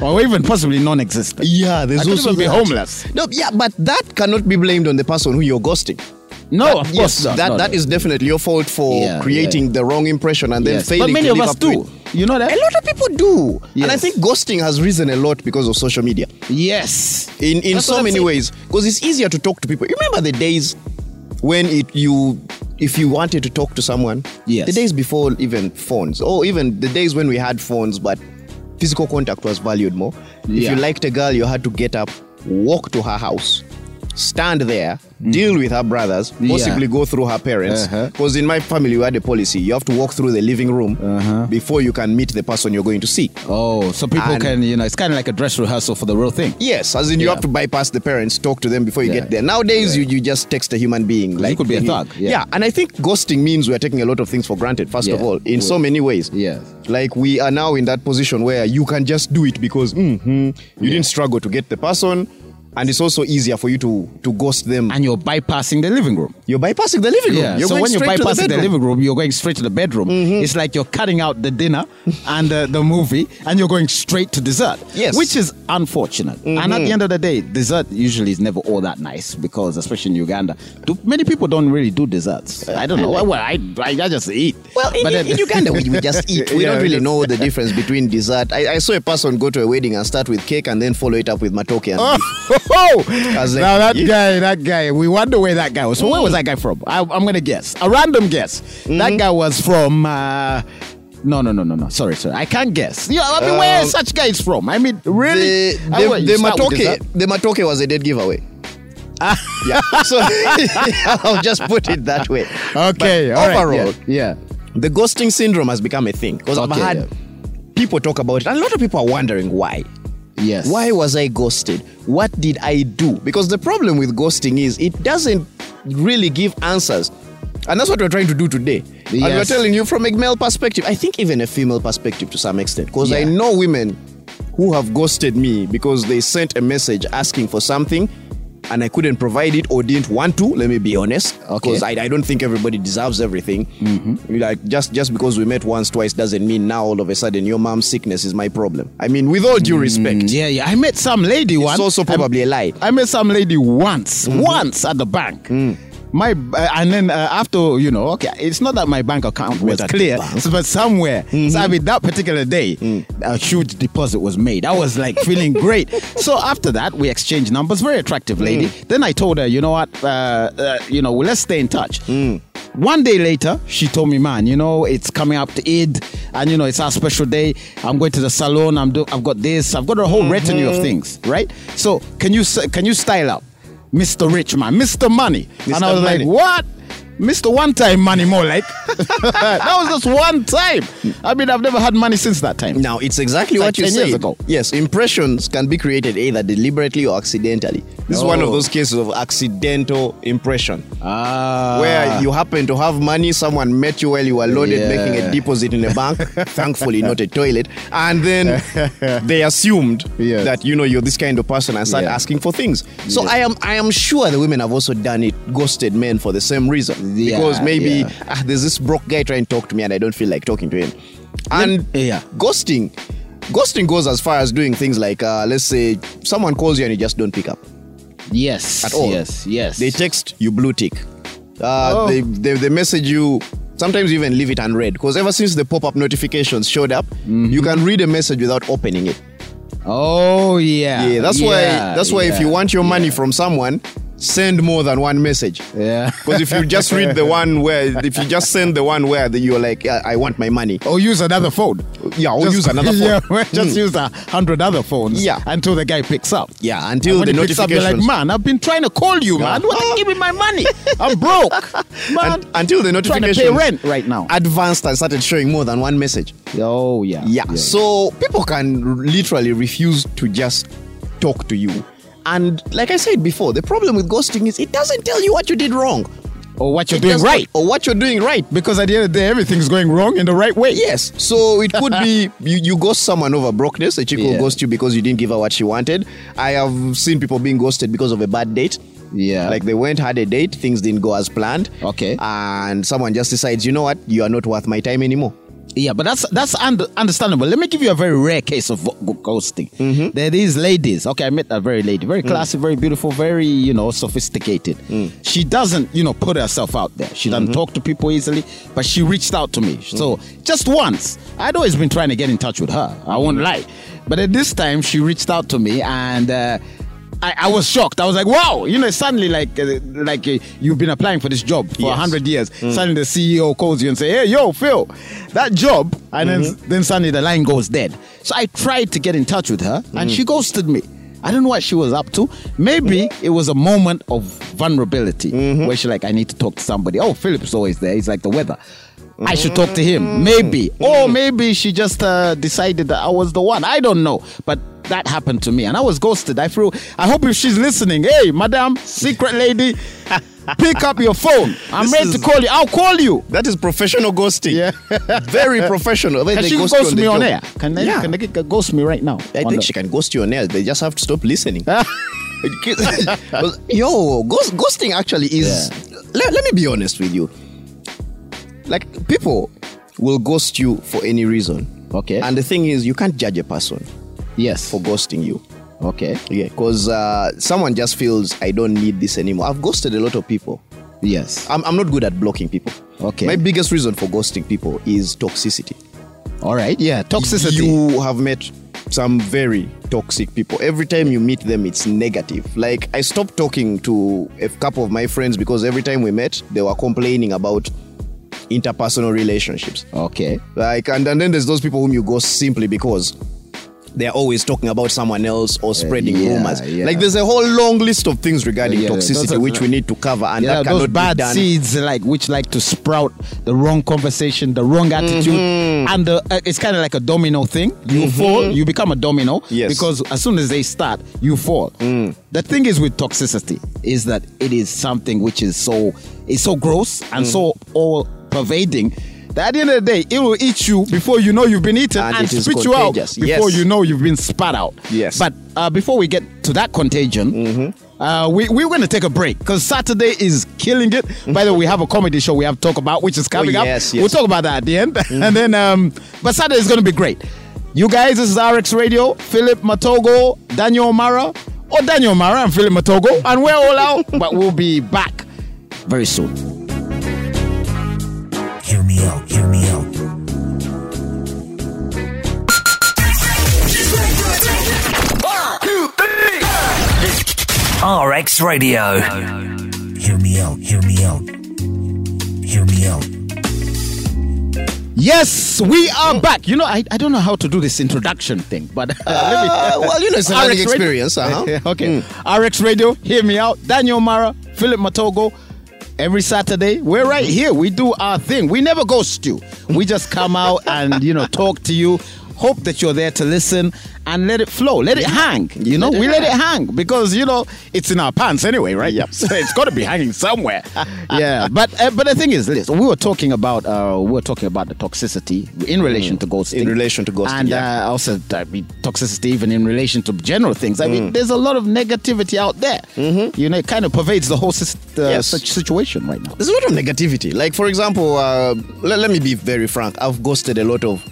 [SPEAKER 3] or even possibly non existent.
[SPEAKER 4] Yeah,
[SPEAKER 3] I
[SPEAKER 4] there's
[SPEAKER 3] could
[SPEAKER 4] also
[SPEAKER 3] even be
[SPEAKER 4] that.
[SPEAKER 3] homeless.
[SPEAKER 4] No, yeah, but that cannot be blamed on the person who you're ghosting.
[SPEAKER 3] No, of course
[SPEAKER 4] yes,
[SPEAKER 3] not.
[SPEAKER 4] that
[SPEAKER 3] No,
[SPEAKER 4] that
[SPEAKER 3] no.
[SPEAKER 4] is definitely your fault for
[SPEAKER 3] Yeah,
[SPEAKER 4] creating
[SPEAKER 3] yeah.
[SPEAKER 4] the wrong impression and then
[SPEAKER 3] Yes.
[SPEAKER 4] failing
[SPEAKER 3] But many
[SPEAKER 4] to
[SPEAKER 3] of
[SPEAKER 4] live
[SPEAKER 3] us
[SPEAKER 4] up to
[SPEAKER 3] do.
[SPEAKER 4] it.
[SPEAKER 3] You know that?
[SPEAKER 4] A lot of people do, and I
[SPEAKER 3] Yes.
[SPEAKER 4] think ghosting has risen a lot because of social media.
[SPEAKER 3] Yes.
[SPEAKER 4] in in
[SPEAKER 3] That's
[SPEAKER 4] so
[SPEAKER 3] what I'm
[SPEAKER 4] many
[SPEAKER 3] saying.
[SPEAKER 4] ways because it's easier to talk to people. You remember the days when it you if you wanted to talk to someone,
[SPEAKER 3] Yes.
[SPEAKER 4] the days before even phones, or even the days when we had phones, but physical contact was valued more.
[SPEAKER 3] Yeah.
[SPEAKER 4] If you liked a girl, you had to get up, walk to her house, stand there, deal with her brothers, possibly go through her parents.
[SPEAKER 3] Mm. Uh-huh.
[SPEAKER 4] Because in my family, we had a policy: you have to walk through the living room
[SPEAKER 3] Uh-huh.
[SPEAKER 4] before you can meet the person you're going to see.
[SPEAKER 3] Oh, so people
[SPEAKER 4] And-
[SPEAKER 3] can, you know, it's kind of like a dress rehearsal for the real thing.
[SPEAKER 4] Yes, as in you
[SPEAKER 3] Yeah.
[SPEAKER 4] have to bypass the parents, talk to them before you
[SPEAKER 3] Yeah.
[SPEAKER 4] get there. Nowadays, you, you just text a human being. Like
[SPEAKER 3] could be a
[SPEAKER 4] you-
[SPEAKER 3] thug, yeah.
[SPEAKER 4] and I think ghosting means we're taking a lot of things for granted, first of
[SPEAKER 3] Yeah.
[SPEAKER 4] all, in so many ways.
[SPEAKER 3] Yes.
[SPEAKER 4] Like we are now in that position where you can just do it because mhm, you didn't struggle to get the person. And it's also easier for you to, to ghost them.
[SPEAKER 3] And you're bypassing the living room.
[SPEAKER 4] You're bypassing the living room.
[SPEAKER 3] Yeah.
[SPEAKER 4] You're
[SPEAKER 3] so
[SPEAKER 4] going
[SPEAKER 3] when you're
[SPEAKER 4] straight to the
[SPEAKER 3] bypassing the,
[SPEAKER 4] bedroom. Mm-hmm.
[SPEAKER 3] living room, you're going straight to the bedroom. It's like you're cutting out the dinner and uh, the movie, and you're going straight to dessert.
[SPEAKER 4] Yes. Mm-hmm.
[SPEAKER 3] which is unfortunate. And at the end of the day, dessert usually is never all that nice because, especially in Uganda, do, many people don't really do desserts. I don't know. Well, I, I I just eat.
[SPEAKER 4] Well, in,
[SPEAKER 3] But
[SPEAKER 4] in,
[SPEAKER 3] then-
[SPEAKER 4] in Uganda, we, we just eat. We
[SPEAKER 3] Yeah,
[SPEAKER 4] don't
[SPEAKER 3] we
[SPEAKER 4] really
[SPEAKER 3] just-
[SPEAKER 4] know the difference between dessert. I, I saw a person go to a wedding and start with cake and then follow it up with matoke and beef.
[SPEAKER 3] Oh,
[SPEAKER 4] was like,
[SPEAKER 3] now that
[SPEAKER 4] yeah.
[SPEAKER 3] guy, that guy. We wonder where that guy was. So where was that guy from? I, I'm gonna guess a random guess.
[SPEAKER 4] Mm-hmm.
[SPEAKER 3] That guy was from. Uh, no, no, no, no, no. Sorry, sorry. I can't guess. Yeah, I mean, where
[SPEAKER 4] Um,
[SPEAKER 3] is such guys from? I mean, really?
[SPEAKER 4] the,
[SPEAKER 3] I will-
[SPEAKER 4] the, the
[SPEAKER 3] you start with Ah.
[SPEAKER 4] Matoke
[SPEAKER 3] dessert?
[SPEAKER 4] the Matoke was a dead giveaway. yeah. So I'll just put it that way.
[SPEAKER 3] Okay,
[SPEAKER 4] But
[SPEAKER 3] all right,
[SPEAKER 4] overall,
[SPEAKER 3] yeah, yeah.
[SPEAKER 4] The ghosting syndrome has become a thing because I've
[SPEAKER 3] Okay,
[SPEAKER 4] had
[SPEAKER 3] yeah.
[SPEAKER 4] people talk about it, and a lot of people are wondering why.
[SPEAKER 3] Yes.
[SPEAKER 4] Why was I ghosted? What did I do? Because the problem with ghosting is it doesn't really give answers. And that's what we're trying to do today. And we're
[SPEAKER 3] Yes.
[SPEAKER 4] telling you from a male perspective, I think even a female perspective to some extent, because I
[SPEAKER 3] Yeah.
[SPEAKER 4] know women who have ghosted me because they sent a message asking for something and I couldn't provide it or didn't want to, let me be honest.
[SPEAKER 3] Okay. Mm-hmm.
[SPEAKER 4] Because I, I don't think everybody deserves everything. Like just, just because we met once, twice doesn't mean now all of a sudden your mom's sickness is my problem. I mean, with all
[SPEAKER 3] Mm,
[SPEAKER 4] due respect.
[SPEAKER 3] Yeah, yeah. I met some lady once.
[SPEAKER 4] It's also probably a Mm-hmm. lie.
[SPEAKER 3] I met some lady once, once at the bank.
[SPEAKER 4] Mm.
[SPEAKER 3] My uh, and then uh, after you know, okay, it's not that my bank account was
[SPEAKER 4] Went at the
[SPEAKER 3] clear,
[SPEAKER 4] bank.
[SPEAKER 3] so- but somewhere, so I mean, that particular day, a huge deposit was made. I was like feeling great. So after that, we exchanged numbers. Very attractive lady. Then I told her, you know what, uh, uh, you know, well, let's stay in touch. One day later, she told me, "Man, you know it's coming up to Eid, and you know it's our special day. I'm going to the salon. I'm do- I've got this. I've got a whole retinue of things, right? So can you s- can you style up, Mr. Rich Man, Mr. Money?" And I
[SPEAKER 4] Mr.
[SPEAKER 3] was
[SPEAKER 4] Money.
[SPEAKER 3] like, "What?" Mr. One Time Money, more like. that was just one time. I mean, I've never had money since that time.
[SPEAKER 4] Now it's exactly
[SPEAKER 3] It's
[SPEAKER 4] what
[SPEAKER 3] like
[SPEAKER 4] you
[SPEAKER 3] 10
[SPEAKER 4] said.
[SPEAKER 3] years ago.
[SPEAKER 4] Yes, impressions can be created either deliberately or accidentally. This is one of
[SPEAKER 3] Oh.
[SPEAKER 4] those cases of accidental impression
[SPEAKER 3] Ah.
[SPEAKER 4] where you happen to have money, someone met you while you were loaded
[SPEAKER 3] Yeah.
[SPEAKER 4] making a deposit in a bank, thankfully not a toilet, and then they assumed
[SPEAKER 3] Yes.
[SPEAKER 4] that you know you're this kind of person and start
[SPEAKER 3] Yeah.
[SPEAKER 4] asking for things. So
[SPEAKER 3] Yeah.
[SPEAKER 4] I am I am sure the women have also done it, ghosted men for the same reason
[SPEAKER 3] Yeah,
[SPEAKER 4] because maybe
[SPEAKER 3] yeah.
[SPEAKER 4] ah, there's this broke guy trying to talk to me and I don't feel like talking to him. And
[SPEAKER 3] Yeah.
[SPEAKER 4] ghosting, ghosting goes as far as doing things like uh, let's say someone calls you and you just don't pick up.
[SPEAKER 3] Yes.
[SPEAKER 4] At all.
[SPEAKER 3] Yes, yes.
[SPEAKER 4] They text you blue tick. Uh,
[SPEAKER 3] Oh.
[SPEAKER 4] they, they they message you. Sometimes you even leave it unread because ever since the pop up notifications showed up,
[SPEAKER 3] Mm-hmm.
[SPEAKER 4] you can read a message without opening it.
[SPEAKER 3] oh, yeah.
[SPEAKER 4] Yeah, that's why.
[SPEAKER 3] Yeah,
[SPEAKER 4] That's why if
[SPEAKER 3] yeah,
[SPEAKER 4] you want your
[SPEAKER 3] yeah.
[SPEAKER 4] money from someone, send more than one message.
[SPEAKER 3] Yeah.
[SPEAKER 4] Because if you just read the one where, if you just send the one where the, you're like, "Yeah, I want my money.
[SPEAKER 3] Or use another phone.
[SPEAKER 4] Yeah, or use another phone. Hmm.
[SPEAKER 3] Yeah, just use a hundred other phones.
[SPEAKER 4] Yeah.
[SPEAKER 3] Until the guy picks up.
[SPEAKER 4] Yeah, until
[SPEAKER 3] when
[SPEAKER 4] the
[SPEAKER 3] he picks up, you're like,
[SPEAKER 4] notifications. Ah.
[SPEAKER 3] man, I've been trying to call you, man. What
[SPEAKER 4] Yeah.
[SPEAKER 3] give me my money? I'm broke, man.
[SPEAKER 4] Un- until the
[SPEAKER 3] trying to
[SPEAKER 4] notifications
[SPEAKER 3] pay rent right now.
[SPEAKER 4] advanced and started showing more than one message.
[SPEAKER 3] oh yeah.
[SPEAKER 4] Yeah. So people can r- literally refuse to just talk to you. And like I said before, the problem with ghosting is it doesn't tell you what you did wrong.
[SPEAKER 3] Or what you're
[SPEAKER 4] It
[SPEAKER 3] doing
[SPEAKER 4] does not-
[SPEAKER 3] right.
[SPEAKER 4] Or what you're doing right.
[SPEAKER 3] Because at the end of the day, everything's going wrong in the right way.
[SPEAKER 4] Yes. So it could be you, you ghost someone over brokenness. A chick will
[SPEAKER 3] Yeah.
[SPEAKER 4] ghost you because you didn't give her what she wanted. I have seen people being ghosted because of a bad date.
[SPEAKER 3] Yeah.
[SPEAKER 4] Like they went, had a date, things didn't go as planned.
[SPEAKER 3] Okay.
[SPEAKER 4] And someone just decides, you know what, you are not worth my time anymore.
[SPEAKER 3] Yeah, but that's that's und- understandable. Let me give you a very rare case of vo- ghosting. There are these ladies. Okay, I met a very lady, very classy, very beautiful, very you know sophisticated. She doesn't you know put herself out there. She doesn't talk to people easily, but she reached out to me. So just once, I'd always been trying to get in touch with her. I won't lie, but at this time she reached out to me and. Uh, I, I was shocked. I was like, "Wow!" You know, suddenly, like, uh, like uh, you've been applying for this job for a
[SPEAKER 4] Yes.
[SPEAKER 3] hundred years. Suddenly, the CEO calls you and say, "Hey, yo, Phil, that job," and then then suddenly the line goes dead. So I tried to get in touch with her, and she ghosted me. I don't know what she was up to. Maybe it was a moment of vulnerability where she's like, "I need to talk to somebody." Oh, Philip's always there. He's like the weather. I should talk to
[SPEAKER 4] Mm.
[SPEAKER 3] him, maybe, or maybe she just uh, decided that I was the one. I don't know, but that happened to me, and I was ghosted. I feel. I hope if she's listening, hey, madam, secret lady, pick up your phone. I'm
[SPEAKER 4] This
[SPEAKER 3] ready
[SPEAKER 4] is-
[SPEAKER 3] to call you. I'll call you.
[SPEAKER 4] That is professional ghosting.
[SPEAKER 3] Yeah.
[SPEAKER 4] Very professional. When
[SPEAKER 3] Can
[SPEAKER 4] they
[SPEAKER 3] she
[SPEAKER 4] ghost
[SPEAKER 3] ghost,
[SPEAKER 4] you on the
[SPEAKER 3] me on,
[SPEAKER 4] job-
[SPEAKER 3] air? Can they,
[SPEAKER 4] Yeah.
[SPEAKER 3] can they get- ghost me right now?
[SPEAKER 4] I
[SPEAKER 3] on
[SPEAKER 4] think
[SPEAKER 3] the-
[SPEAKER 4] she can ghost you on air. They just have to stop listening. Because- Yo, ghost, ghosting actually is. Let, let me be honest with you. Like, people will ghost you for any reason.
[SPEAKER 3] Okay.
[SPEAKER 4] And the thing is, you can't judge a person
[SPEAKER 3] yes.
[SPEAKER 4] for ghosting you.
[SPEAKER 3] Okay.
[SPEAKER 4] Yeah. Because uh, someone just feels, I don't need this anymore. I've ghosted a lot of people.
[SPEAKER 3] Yes.
[SPEAKER 4] I'm, I'm not good at blocking people.
[SPEAKER 3] Okay.
[SPEAKER 4] My biggest reason for ghosting people is toxicity.
[SPEAKER 3] All right. Yeah. Toxicity.
[SPEAKER 4] You have met some very toxic people. Every time you meet them, it's negative. Like, I stopped talking to a couple of my friends because every time we met, they were complaining about interpersonal relationships.
[SPEAKER 3] okay.
[SPEAKER 4] Like, and, and then there's those people whom you ghost simply because they're always talking about someone else or spreading
[SPEAKER 3] Uh, yeah,
[SPEAKER 4] rumors.
[SPEAKER 3] yeah.
[SPEAKER 4] Like there's a whole long list of things regarding
[SPEAKER 3] Yeah,
[SPEAKER 4] toxicity
[SPEAKER 3] those are-
[SPEAKER 4] which we need to cover, and
[SPEAKER 3] Yeah,
[SPEAKER 4] that cannot
[SPEAKER 3] those bad
[SPEAKER 4] be done.
[SPEAKER 3] seeds like which like to sprout the wrong conversation, the wrong
[SPEAKER 4] Mm-hmm.
[SPEAKER 3] attitude, and the, uh, it's kind of like a domino thing. You fall, you become a domino.
[SPEAKER 4] Mm-hmm. Yes. Mm.
[SPEAKER 3] Because as soon as they start, you fall. The thing is with toxicity is that it is something which is so it's so gross and
[SPEAKER 4] Mm.
[SPEAKER 3] so all pervading. That at the end of the day, it will eat you before you know you've been eaten
[SPEAKER 4] And
[SPEAKER 3] and,
[SPEAKER 4] it is
[SPEAKER 3] spit you out
[SPEAKER 4] contagious.
[SPEAKER 3] before
[SPEAKER 4] Yes.
[SPEAKER 3] you know you've been spat out.
[SPEAKER 4] Yes. Mm-hmm.
[SPEAKER 3] But uh, before we get to that contagion, uh, we, we're going to take a break because Saturday is killing it. By the way, we have a comedy show we have to talk about, which is coming
[SPEAKER 4] Oh, yes,
[SPEAKER 3] up.
[SPEAKER 4] yes. Mm-hmm.
[SPEAKER 3] We'll talk about that at the end. and then, um, but Saturday is going to be great. You guys, this is RX Radio, Philip Matogo, Daniel Mara, or Daniel Mara and Philip Matogo, and we're all out, but we'll be back very soon.
[SPEAKER 2] Hear me out, hear me out.
[SPEAKER 1] RX Radio.
[SPEAKER 2] Hear me out, hear me out. Hear me out.
[SPEAKER 3] Yes, we
[SPEAKER 4] Oh.
[SPEAKER 3] are back. You know, I, I don't know how to do this introduction thing, but uh, let me.
[SPEAKER 4] Uh, well, you know, it's a learning
[SPEAKER 3] RX Radio-
[SPEAKER 4] experience. Uh-huh.
[SPEAKER 3] Yeah, okay. RX Radio, hear me out. Daniel Mara, Philip Matogo. Every Saturday, we're right here. We do our thing. We never ghost you. We just come out and you know talk to you. Hope that you're there to listen and let it flow. Let it hang. You know, we let it hang because you know it's in our pants anyway, right?
[SPEAKER 4] Yep.
[SPEAKER 3] So it's got to be hanging somewhere. yeah. But uh, but the thing is, this we were talking about uh, we were talking about the toxicity in relation to ghosting.
[SPEAKER 4] Hmm. relation to ghosting,
[SPEAKER 3] And
[SPEAKER 4] yeah.
[SPEAKER 3] uh, also I mean, toxicity even in relation to general things. I
[SPEAKER 4] Mm.
[SPEAKER 3] mean, there's a lot of negativity out there. You know, it kind of pervades the whole sis- uh,
[SPEAKER 4] Mm-hmm. Yes.
[SPEAKER 3] such situation right now.
[SPEAKER 4] There's a lot of negativity. Like, for example, uh, let, let me be very frank. I've ghosted a lot of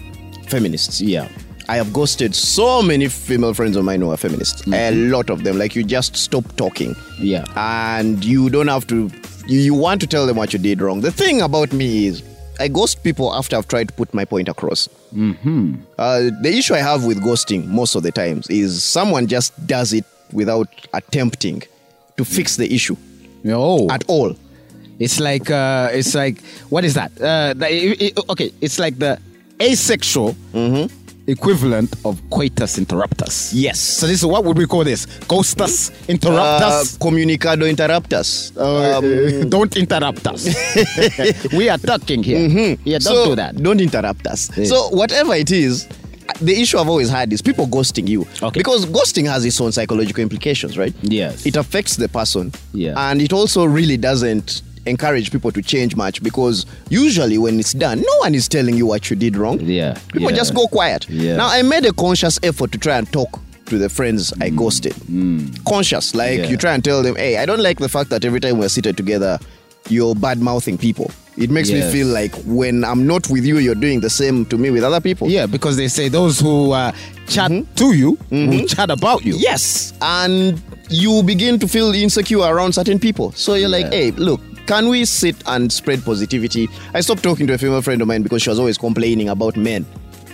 [SPEAKER 4] feminists.
[SPEAKER 3] Yeah.
[SPEAKER 4] I have ghosted so many female friends of mine who are feminists. A lot of them. Like, you just stop talking.
[SPEAKER 3] Yeah.
[SPEAKER 4] And you don't have to, you, you want to tell them what you did wrong. The thing about me is, I ghost people after I've tried to put my point across. Uh, the issue I have with ghosting most of the times is someone just does it without attempting to fix the issue
[SPEAKER 3] No,
[SPEAKER 4] at all.
[SPEAKER 3] Oh. it's like uh, it's like what is that? Uh, the, i- i- okay, it's like the asexual
[SPEAKER 4] Mm-hmm.
[SPEAKER 3] equivalent of coitus interruptus.
[SPEAKER 4] Yes.
[SPEAKER 3] So this is what would we call this? Ghostus interruptus.
[SPEAKER 4] Uh, comunicado interruptus.
[SPEAKER 3] Uh,
[SPEAKER 4] Um,
[SPEAKER 3] don't interrupt us. we are talking here. Yeah, don't
[SPEAKER 4] Mm-hmm. so
[SPEAKER 3] do that.
[SPEAKER 4] Don't interrupt us.
[SPEAKER 3] Yeah.
[SPEAKER 4] So whatever it is, the issue I've always had is people ghosting you.
[SPEAKER 3] Okay.
[SPEAKER 4] Because ghosting has its own psychological implications, right?
[SPEAKER 3] Yes.
[SPEAKER 4] It affects the person.
[SPEAKER 3] Yeah.
[SPEAKER 4] And it also really doesn't encourage people to change much because usually when it's done, no one is telling you what you did wrong.
[SPEAKER 3] Yeah,
[SPEAKER 4] People
[SPEAKER 3] yeah.
[SPEAKER 4] just go quiet.
[SPEAKER 3] Yeah.
[SPEAKER 4] Now I made a conscious effort to try and talk to the friends I ghosted. Conscious, like
[SPEAKER 3] Mm. Yeah.
[SPEAKER 4] you try and tell them, hey, I don't like the fact that every time we're seated together, you're bad mouthing people. It makes me
[SPEAKER 3] Yes.
[SPEAKER 4] feel like when I'm not with you, you're doing the same to me with other people. Mm-hmm.
[SPEAKER 3] Yeah, because they say those who uh, chat to you will chat about you.
[SPEAKER 4] Yes. And you begin to feel insecure around certain people. So you're like,
[SPEAKER 3] Yeah.
[SPEAKER 4] hey, look, can we sit and spread positivity? I stopped talking to a female friend of mine because she was always complaining about men.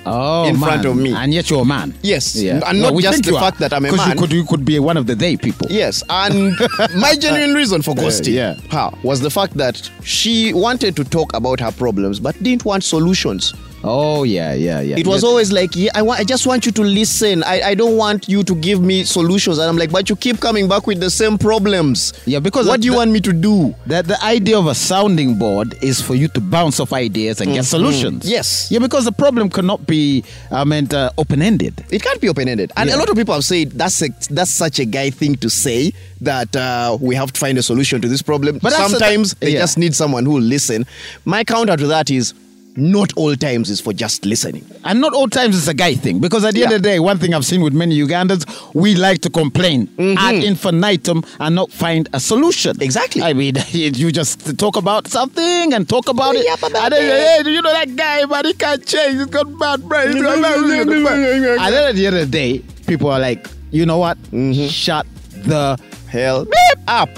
[SPEAKER 3] Oh,
[SPEAKER 4] In
[SPEAKER 3] man.
[SPEAKER 4] front of me.
[SPEAKER 3] and yet you're a man.
[SPEAKER 4] Yes.
[SPEAKER 3] yeah,
[SPEAKER 4] And not just the fact that I'm a
[SPEAKER 3] Because
[SPEAKER 4] man.
[SPEAKER 3] you could you could be one of the day people.
[SPEAKER 4] Yes, and my genuine reason for ghosting
[SPEAKER 3] Uh, yeah.
[SPEAKER 4] her was the fact that she wanted to talk about her problems but didn't want solutions.
[SPEAKER 3] Oh yeah, yeah, yeah.
[SPEAKER 4] It
[SPEAKER 3] Yes.
[SPEAKER 4] was always like, yeah, I, wa- I just want you to listen. I, I don't want you to give me solutions. And I'm like, but you keep coming back with the same problems.
[SPEAKER 3] Yeah, because
[SPEAKER 4] what do you
[SPEAKER 3] the-
[SPEAKER 4] want me to do?
[SPEAKER 3] that the idea of a sounding board is for you to bounce off ideas and get solutions.
[SPEAKER 4] Mm-hmm. Yes.
[SPEAKER 3] Yeah, because the problem cannot be I meant uh, open ended.
[SPEAKER 4] It can't be open ended, and a
[SPEAKER 3] Yeah.
[SPEAKER 4] lot of people have said that's a, that's such a guy thing to say that uh, we have to find a solution to this problem. But
[SPEAKER 3] But that's-
[SPEAKER 4] sometimes they
[SPEAKER 3] yeah.
[SPEAKER 4] just need someone who will listen. My counter to that is not all times is for just listening.
[SPEAKER 3] And not all times it's a guy thing. Because at the end
[SPEAKER 4] Yeah.
[SPEAKER 3] of the day, one thing I've seen with many Ugandans, we like to complain ad infinitum and not find a solution.
[SPEAKER 4] Mm-hmm. Exactly.
[SPEAKER 3] I mean, you just talk about something and talk about it.
[SPEAKER 4] Yap about
[SPEAKER 3] and then, hey, you know that guy, man, he can't change. He's got bad brain. He's got bad brain. and then at the end of the day, people are like, you know what?
[SPEAKER 4] Mm-hmm.
[SPEAKER 3] Shut the
[SPEAKER 4] Hell,
[SPEAKER 3] bleep up.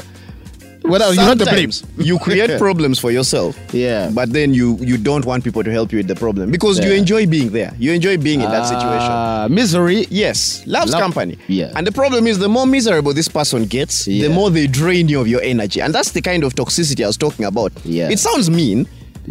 [SPEAKER 3] Without you heard the
[SPEAKER 4] Sometimes
[SPEAKER 3] bleep.
[SPEAKER 4] you create problems for yourself.
[SPEAKER 3] Yeah.
[SPEAKER 4] but then you you don't want people to help you with the problem because you
[SPEAKER 3] Yeah.
[SPEAKER 4] enjoy being there. You enjoy being in that situation.
[SPEAKER 3] Uh, misery.
[SPEAKER 4] Yes, loves
[SPEAKER 3] Love-
[SPEAKER 4] company.
[SPEAKER 3] yeah.
[SPEAKER 4] And the problem is the more miserable this person gets,
[SPEAKER 3] Yeah.
[SPEAKER 4] the more they drain you of your energy. And that's the kind of toxicity I was talking about.
[SPEAKER 3] Yeah.
[SPEAKER 4] It sounds mean.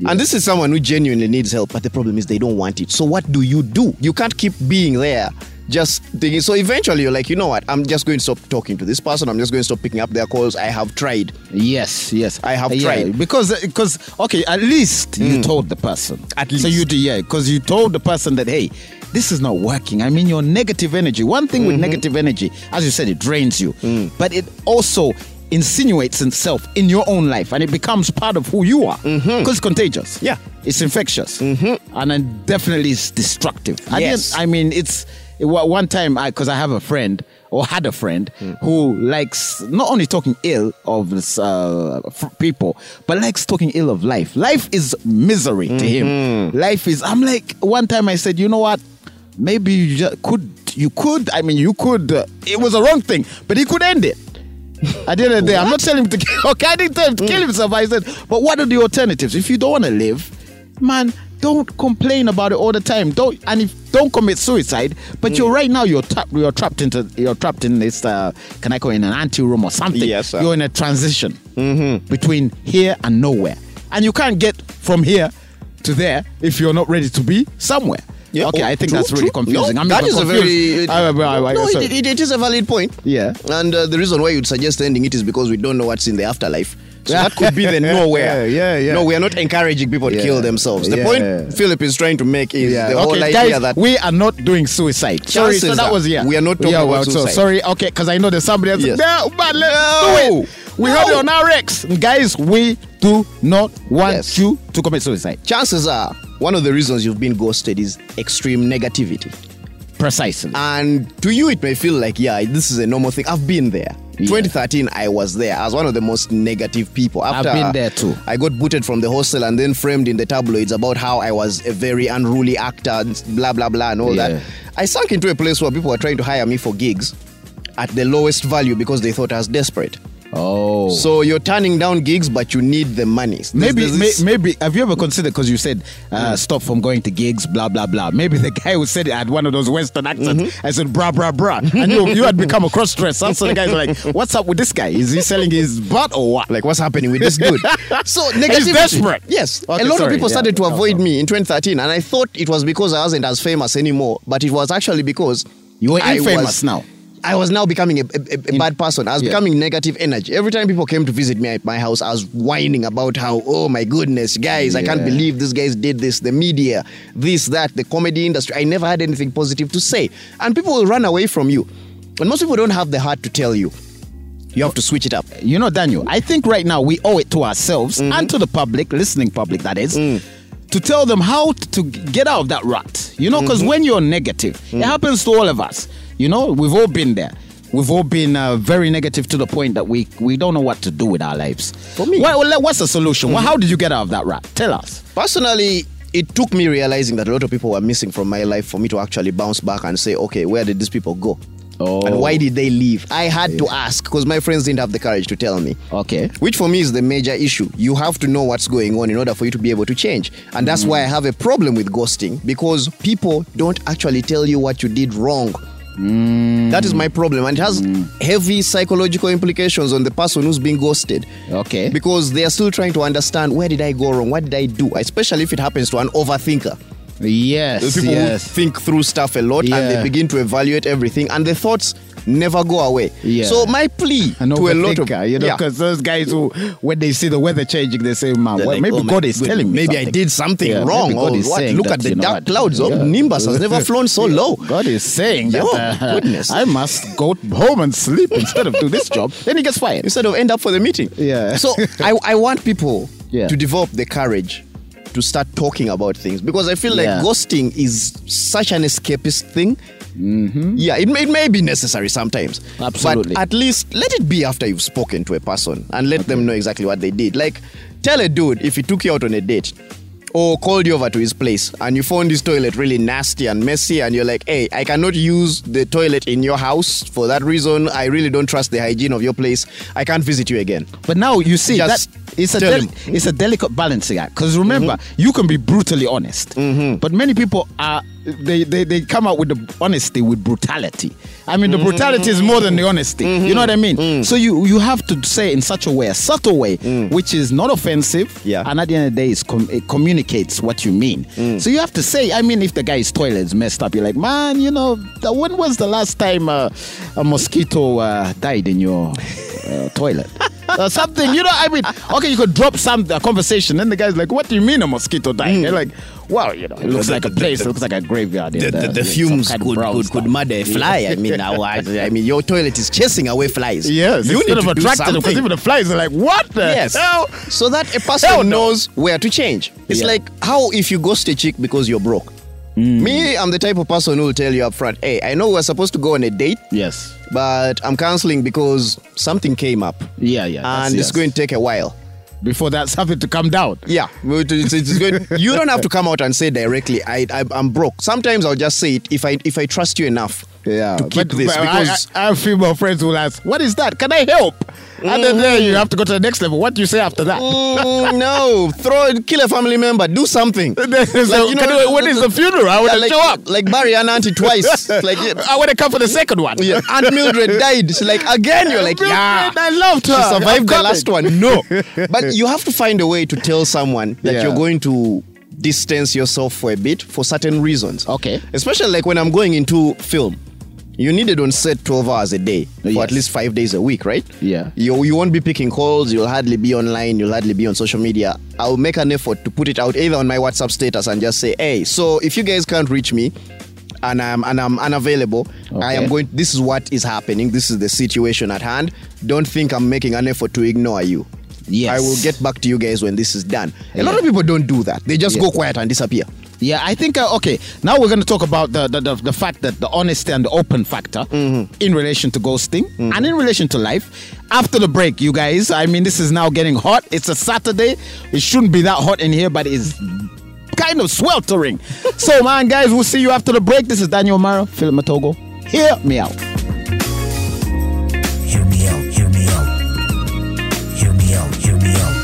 [SPEAKER 4] And this is someone who genuinely needs help, but the problem is they don't want it. So what do you do? You can't keep being there just thinking. So eventually, you're like, you know what? I'm just going to stop talking to this person. I'm just going to stop picking up their calls. I have tried.
[SPEAKER 3] Yes, yes. Uh,
[SPEAKER 4] I have
[SPEAKER 3] yeah,
[SPEAKER 4] tried. Mm.
[SPEAKER 3] because because okay, at least you told the person.
[SPEAKER 4] At
[SPEAKER 3] so
[SPEAKER 4] least.
[SPEAKER 3] you do yeah, because you told the person that hey, this is not working. I mean, your negative energy. One thing
[SPEAKER 4] Mm-hmm.
[SPEAKER 3] with negative energy, as you said, it drains you,
[SPEAKER 4] Mm.
[SPEAKER 3] but it also insinuates itself in your own life, and it becomes part of who you are because it's contagious.
[SPEAKER 4] Mm-hmm. Yeah. Mm-hmm.
[SPEAKER 3] it's infectious, and it definitely is destructive. I
[SPEAKER 4] Yes.
[SPEAKER 3] didn't- I mean, it's wa- one time I because I have a friend or had a friend who likes not only talking ill of uh, f- people, but likes talking ill of life. Life is misery to him. Life is. I'm like one time I said, you know what? Maybe you just could. You could. I mean, you could. Uh, it was a wrong thing, but he could end it. At the end of the day, I'm not telling him to kill, okay, I didn't tell him to
[SPEAKER 4] Mm.
[SPEAKER 3] kill himself. I said, but what are the alternatives? If you don't want to live, man, don't complain about it all the time. Don't and if don't commit suicide. But
[SPEAKER 4] Mm.
[SPEAKER 3] you're right now you're trapped. You're trapped into you're trapped in this. Uh, can I call it an anti room or something?
[SPEAKER 4] Yes, sir. Mm-hmm.
[SPEAKER 3] You're in a transition between here and nowhere, and you can't get from here to there if you're not ready to be somewhere.
[SPEAKER 4] Yeah,
[SPEAKER 3] okay,
[SPEAKER 4] oh,
[SPEAKER 3] I think
[SPEAKER 4] true,
[SPEAKER 3] that's really
[SPEAKER 4] true.
[SPEAKER 3] confusing.
[SPEAKER 4] No,
[SPEAKER 3] I'm
[SPEAKER 4] that
[SPEAKER 3] even
[SPEAKER 4] is a
[SPEAKER 3] confused.
[SPEAKER 4] very. uh,
[SPEAKER 3] I- I- I- I-
[SPEAKER 4] no,
[SPEAKER 3] sorry.
[SPEAKER 4] it, it- it is a valid point.
[SPEAKER 3] Yeah.
[SPEAKER 4] And uh, the reason why you'd suggest ending it is because we don't know what's in the afterlife. So that could be the nowhere.
[SPEAKER 3] Yeah, yeah, yeah.
[SPEAKER 4] No, we are not encouraging people to
[SPEAKER 3] Yeah.
[SPEAKER 4] kill themselves. The
[SPEAKER 3] Yeah.
[SPEAKER 4] point Philip is trying to make is the whole
[SPEAKER 3] okay,
[SPEAKER 4] idea
[SPEAKER 3] guys,
[SPEAKER 4] that
[SPEAKER 3] we are not doing suicide. Sorry, so
[SPEAKER 4] Chances
[SPEAKER 3] that
[SPEAKER 4] are
[SPEAKER 3] was yeah.
[SPEAKER 4] we are not talking
[SPEAKER 3] yeah,
[SPEAKER 4] about
[SPEAKER 3] well, So
[SPEAKER 4] suicide.
[SPEAKER 3] sorry, okay, because I know there's somebody else.
[SPEAKER 4] Yes.
[SPEAKER 3] No, but let's
[SPEAKER 4] No.
[SPEAKER 3] do it. We heard it on RX, guys. We do not want
[SPEAKER 4] Yes.
[SPEAKER 3] you to commit suicide.
[SPEAKER 4] chances are one of the reasons you've been ghosted is extreme negativity.
[SPEAKER 3] Precisely.
[SPEAKER 4] Ah. And to you, it may feel like, yeah, this is a normal thing. I've been there.
[SPEAKER 3] Yeah.
[SPEAKER 4] 2013, I was there as one of the most negative people.
[SPEAKER 3] I've
[SPEAKER 4] After
[SPEAKER 3] been there too.
[SPEAKER 4] I got booted from the hostel and then framed in the tabloids about how I was a very unruly actor, and blah, blah, blah, and all
[SPEAKER 3] Yeah.
[SPEAKER 4] that. I sunk into a place where people were trying to hire me for gigs at the lowest value because they thought I was desperate.
[SPEAKER 3] oh,
[SPEAKER 4] So you're turning down gigs, but you need the money. There's-
[SPEAKER 3] maybe
[SPEAKER 4] there's
[SPEAKER 3] may,
[SPEAKER 4] this- Hmm.
[SPEAKER 3] maybe have you ever considered because you said uh, stop from going to gigs, blah blah blah. Maybe the guy who said it had one of those Western accents.
[SPEAKER 4] Mm-hmm.
[SPEAKER 3] I said brah brah brah, and you you had become a cross dresser. So the guys were like, what's up with this guy? Is he selling his butt or what?
[SPEAKER 4] Like, what's happening with this dude? so negativity.
[SPEAKER 3] desperate.
[SPEAKER 4] Yes.
[SPEAKER 3] Okay,
[SPEAKER 4] a lot
[SPEAKER 3] sorry.
[SPEAKER 4] of people
[SPEAKER 3] Yeah,
[SPEAKER 4] started to
[SPEAKER 3] no
[SPEAKER 4] avoid me in 2013, and I thought it was because I wasn't as famous anymore, but it was actually because
[SPEAKER 3] You were
[SPEAKER 4] I
[SPEAKER 3] infamous
[SPEAKER 4] was-
[SPEAKER 3] now.
[SPEAKER 4] I was now becoming a, a- a- a bad person. I was
[SPEAKER 3] yeah.
[SPEAKER 4] becoming negative energy. Every time people came to visit me at my house, I was whining about how, oh my goodness, guys, I can't
[SPEAKER 3] Yeah.
[SPEAKER 4] believe these guys did this. The media, this, that, the comedy industry. I never had anything positive to say. And people will run away from you. And most people don't have the heart to tell you. You have to switch it up.
[SPEAKER 3] you know, Daniel, I think right now we owe it to ourselves
[SPEAKER 4] Mm-hmm.
[SPEAKER 3] and to the public, listening public, that is,
[SPEAKER 4] Mm.
[SPEAKER 3] to tell them how t- to g- get out of that rut. You know, because
[SPEAKER 4] Mm-hmm.
[SPEAKER 3] when you're negative, it happens to all of us. You know, we've all been there. We've all been uh, very negative to the point that we we don't know what to do with our lives. For
[SPEAKER 4] me- Mm-hmm.
[SPEAKER 3] what's the solution? Well, how did you get out of that rut? Tell us.
[SPEAKER 4] Personally, it took me realizing that a lot of people were missing from my life for me to actually bounce back and say, okay, where did these people go?
[SPEAKER 3] Oh.
[SPEAKER 4] And why did they leave? I had to ask because my friends didn't have the courage to tell me.
[SPEAKER 3] Okay.
[SPEAKER 4] Which for me is the major issue. You have to know what's going on in order for you to be able to change. And that's why I have a problem with ghosting because people don't actually tell you what you did wrong. That is my problem. And it has heavy psychological implications on the person who's being ghosted.
[SPEAKER 3] Okay.
[SPEAKER 4] Because they are still trying to understand where did I go wrong? What did I do? Especially if it happens to an overthinker. The
[SPEAKER 3] Yes.
[SPEAKER 4] people
[SPEAKER 3] yes.
[SPEAKER 4] who think through stuff a lot and
[SPEAKER 3] Yeah.
[SPEAKER 4] they begin to evaluate everything and the thoughts never go away.
[SPEAKER 3] Yeah.
[SPEAKER 4] So my plea
[SPEAKER 3] an
[SPEAKER 4] to a lot of
[SPEAKER 3] overthinker, you know,
[SPEAKER 4] Yeah.
[SPEAKER 3] because those guys who, when they see the weather changing, they say, "Man,
[SPEAKER 4] They're
[SPEAKER 3] well,
[SPEAKER 4] like,
[SPEAKER 3] maybe
[SPEAKER 4] oh my
[SPEAKER 3] God is
[SPEAKER 4] goodness,
[SPEAKER 3] telling me
[SPEAKER 4] Maybe I
[SPEAKER 3] something."
[SPEAKER 4] did something
[SPEAKER 3] Yeah,
[SPEAKER 4] wrong.
[SPEAKER 3] maybe God
[SPEAKER 4] Or
[SPEAKER 3] is
[SPEAKER 4] what?
[SPEAKER 3] saying
[SPEAKER 4] Look
[SPEAKER 3] that,
[SPEAKER 4] at the
[SPEAKER 3] you know
[SPEAKER 4] dark
[SPEAKER 3] what,
[SPEAKER 4] clouds. Oh,
[SPEAKER 3] yeah.
[SPEAKER 4] Nimbus has never flown so low.
[SPEAKER 3] God is saying that
[SPEAKER 4] Yo,
[SPEAKER 3] uh,
[SPEAKER 4] goodness.
[SPEAKER 3] I must go home and sleep instead of do this job. Then he gets fired.
[SPEAKER 4] instead of end up for the meeting.
[SPEAKER 3] Yeah.
[SPEAKER 4] So I, I want people
[SPEAKER 3] Yeah.
[SPEAKER 4] to develop the courage to start talking about things because I feel like
[SPEAKER 3] Yeah.
[SPEAKER 4] ghosting is such an escapist thing. Mm-hmm. Yeah, it may, it may be necessary sometimes.
[SPEAKER 3] Absolutely.
[SPEAKER 4] But at least let it be after you've spoken to a person and let them know exactly what they did. Like, tell a dude if he took you out on a date or called you over to his place and you found his toilet really nasty and messy and you're like, hey, I cannot use the toilet in your house for that reason. I really don't trust the hygiene of your place. I can't visit you again.
[SPEAKER 3] But now you see
[SPEAKER 4] Just
[SPEAKER 3] that it's a
[SPEAKER 4] Tell
[SPEAKER 3] deli-
[SPEAKER 4] him. Mm-hmm.
[SPEAKER 3] it's a delicate balancing act because remember you can be brutally honest, but many people are they, they they come out with the honesty with brutality. I mean, the
[SPEAKER 4] Mm-hmm.
[SPEAKER 3] brutality is more than the honesty. You know what I mean?
[SPEAKER 4] Mm.
[SPEAKER 3] So you you have to say in such a way, a subtle way, which is not offensive.
[SPEAKER 4] Yeah.
[SPEAKER 3] and at the end of the day, it's com- it communicates what you mean.
[SPEAKER 4] Mm.
[SPEAKER 3] So you have to say. I mean, if the guy's toilet's messed up, you're like, man, you know, the- when was the last time uh, a mosquito uh, died in your uh, toilet? Or something, you know. I mean, okay, you could drop some a conversation, and the guy's like, "What do you mean a mosquito died?" They're like, "Well, you know, it looks
[SPEAKER 4] Mm. The-
[SPEAKER 3] like a
[SPEAKER 4] the-
[SPEAKER 3] place.
[SPEAKER 4] the-
[SPEAKER 3] it looks like a graveyard." in
[SPEAKER 4] the, the,
[SPEAKER 3] you know,
[SPEAKER 4] the
[SPEAKER 3] some
[SPEAKER 4] fumes
[SPEAKER 3] kind of
[SPEAKER 4] could,
[SPEAKER 3] brown
[SPEAKER 4] could,
[SPEAKER 3] stuff."
[SPEAKER 4] could murder a fly. I mean, I, I, I mean, your toilet is chasing away flies.
[SPEAKER 3] Yes,
[SPEAKER 4] you
[SPEAKER 3] instead
[SPEAKER 4] need
[SPEAKER 3] of
[SPEAKER 4] to do
[SPEAKER 3] attracted them, because
[SPEAKER 4] something.
[SPEAKER 3] even the flies are like, "What the
[SPEAKER 4] Yes.
[SPEAKER 3] hell?"
[SPEAKER 4] So that a person
[SPEAKER 3] Hell no.
[SPEAKER 4] knows where to change. It's
[SPEAKER 3] Yeah. Mm.
[SPEAKER 4] like how if you ghost a chick because you're broke. Me, I'm the type of person who will tell you up front, hey, I know we're supposed to go on a date,
[SPEAKER 3] Yes.
[SPEAKER 4] but I'm canceling because something came up.
[SPEAKER 3] Yeah, yeah. that's-
[SPEAKER 4] And it's
[SPEAKER 3] yes.
[SPEAKER 4] going to take a while.
[SPEAKER 3] before that's having to come down.
[SPEAKER 4] Yeah, but it's, it's good. you don't have to come out and say directly. I, I I'm broke. Sometimes I'll just say it if I if I trust you enough.
[SPEAKER 3] Yeah,
[SPEAKER 4] to keep this
[SPEAKER 3] I-
[SPEAKER 4] because
[SPEAKER 3] I, I have female friends who will ask, "What is that? Can I help?" And then there you have to go to the next level. What do you say after that?
[SPEAKER 4] Mm-hmm. Mm, no, throw kill a family member, do something.
[SPEAKER 3] so,
[SPEAKER 4] Like, you know,
[SPEAKER 3] can we- when is the funeral? I want
[SPEAKER 4] Yeah,
[SPEAKER 3] to
[SPEAKER 4] like,
[SPEAKER 3] show up.
[SPEAKER 4] like Barry and Auntie twice. like yeah,
[SPEAKER 3] I want to come for the second one.
[SPEAKER 4] yeah. Aunt Mildred died. She's like again. You're like
[SPEAKER 3] Real
[SPEAKER 4] yeah.
[SPEAKER 3] friend, I loved
[SPEAKER 4] She
[SPEAKER 3] her. I'm
[SPEAKER 4] survived the
[SPEAKER 3] coming.
[SPEAKER 4] last one. No, but you have to find a way to tell someone that
[SPEAKER 3] Yeah.
[SPEAKER 4] you're going to distance yourself for a bit for certain reasons.
[SPEAKER 3] Okay.
[SPEAKER 4] especially like when I'm going into film. You need it on set 12 hours a day, or
[SPEAKER 3] Yes.
[SPEAKER 4] at least five days a week, right?
[SPEAKER 3] Yeah.
[SPEAKER 4] You, you won't be picking calls, you'll hardly be online, you'll hardly be on social media. I'll make an effort to put it out either on my WhatsApp status and just say, hey, so if you guys can't reach me and I'm and I'm unavailable, I am
[SPEAKER 3] Okay.
[SPEAKER 4] going this is what is happening, this is the situation at hand. Don't think I'm making an effort to ignore you.
[SPEAKER 3] Yes.
[SPEAKER 4] I will get back to you guys when this is done. A lot of people don't do that. They just
[SPEAKER 3] Yeah.
[SPEAKER 4] go quiet and disappear.
[SPEAKER 3] Yeah, I think uh, okay. Now we're going to talk about the, the, the the fact that the honesty and the open factor in relation to ghosting and in relation to life. After the break, you guys. I mean, this is now getting hot. It's a Saturday. It shouldn't be that hot in here, but it's kind of sweltering. so, man, guys, we'll see you after the break. This is Daniel Mara, Philip Matogo. Hear me out.
[SPEAKER 2] Hear me out, hear me out. Hear me out, hear me out.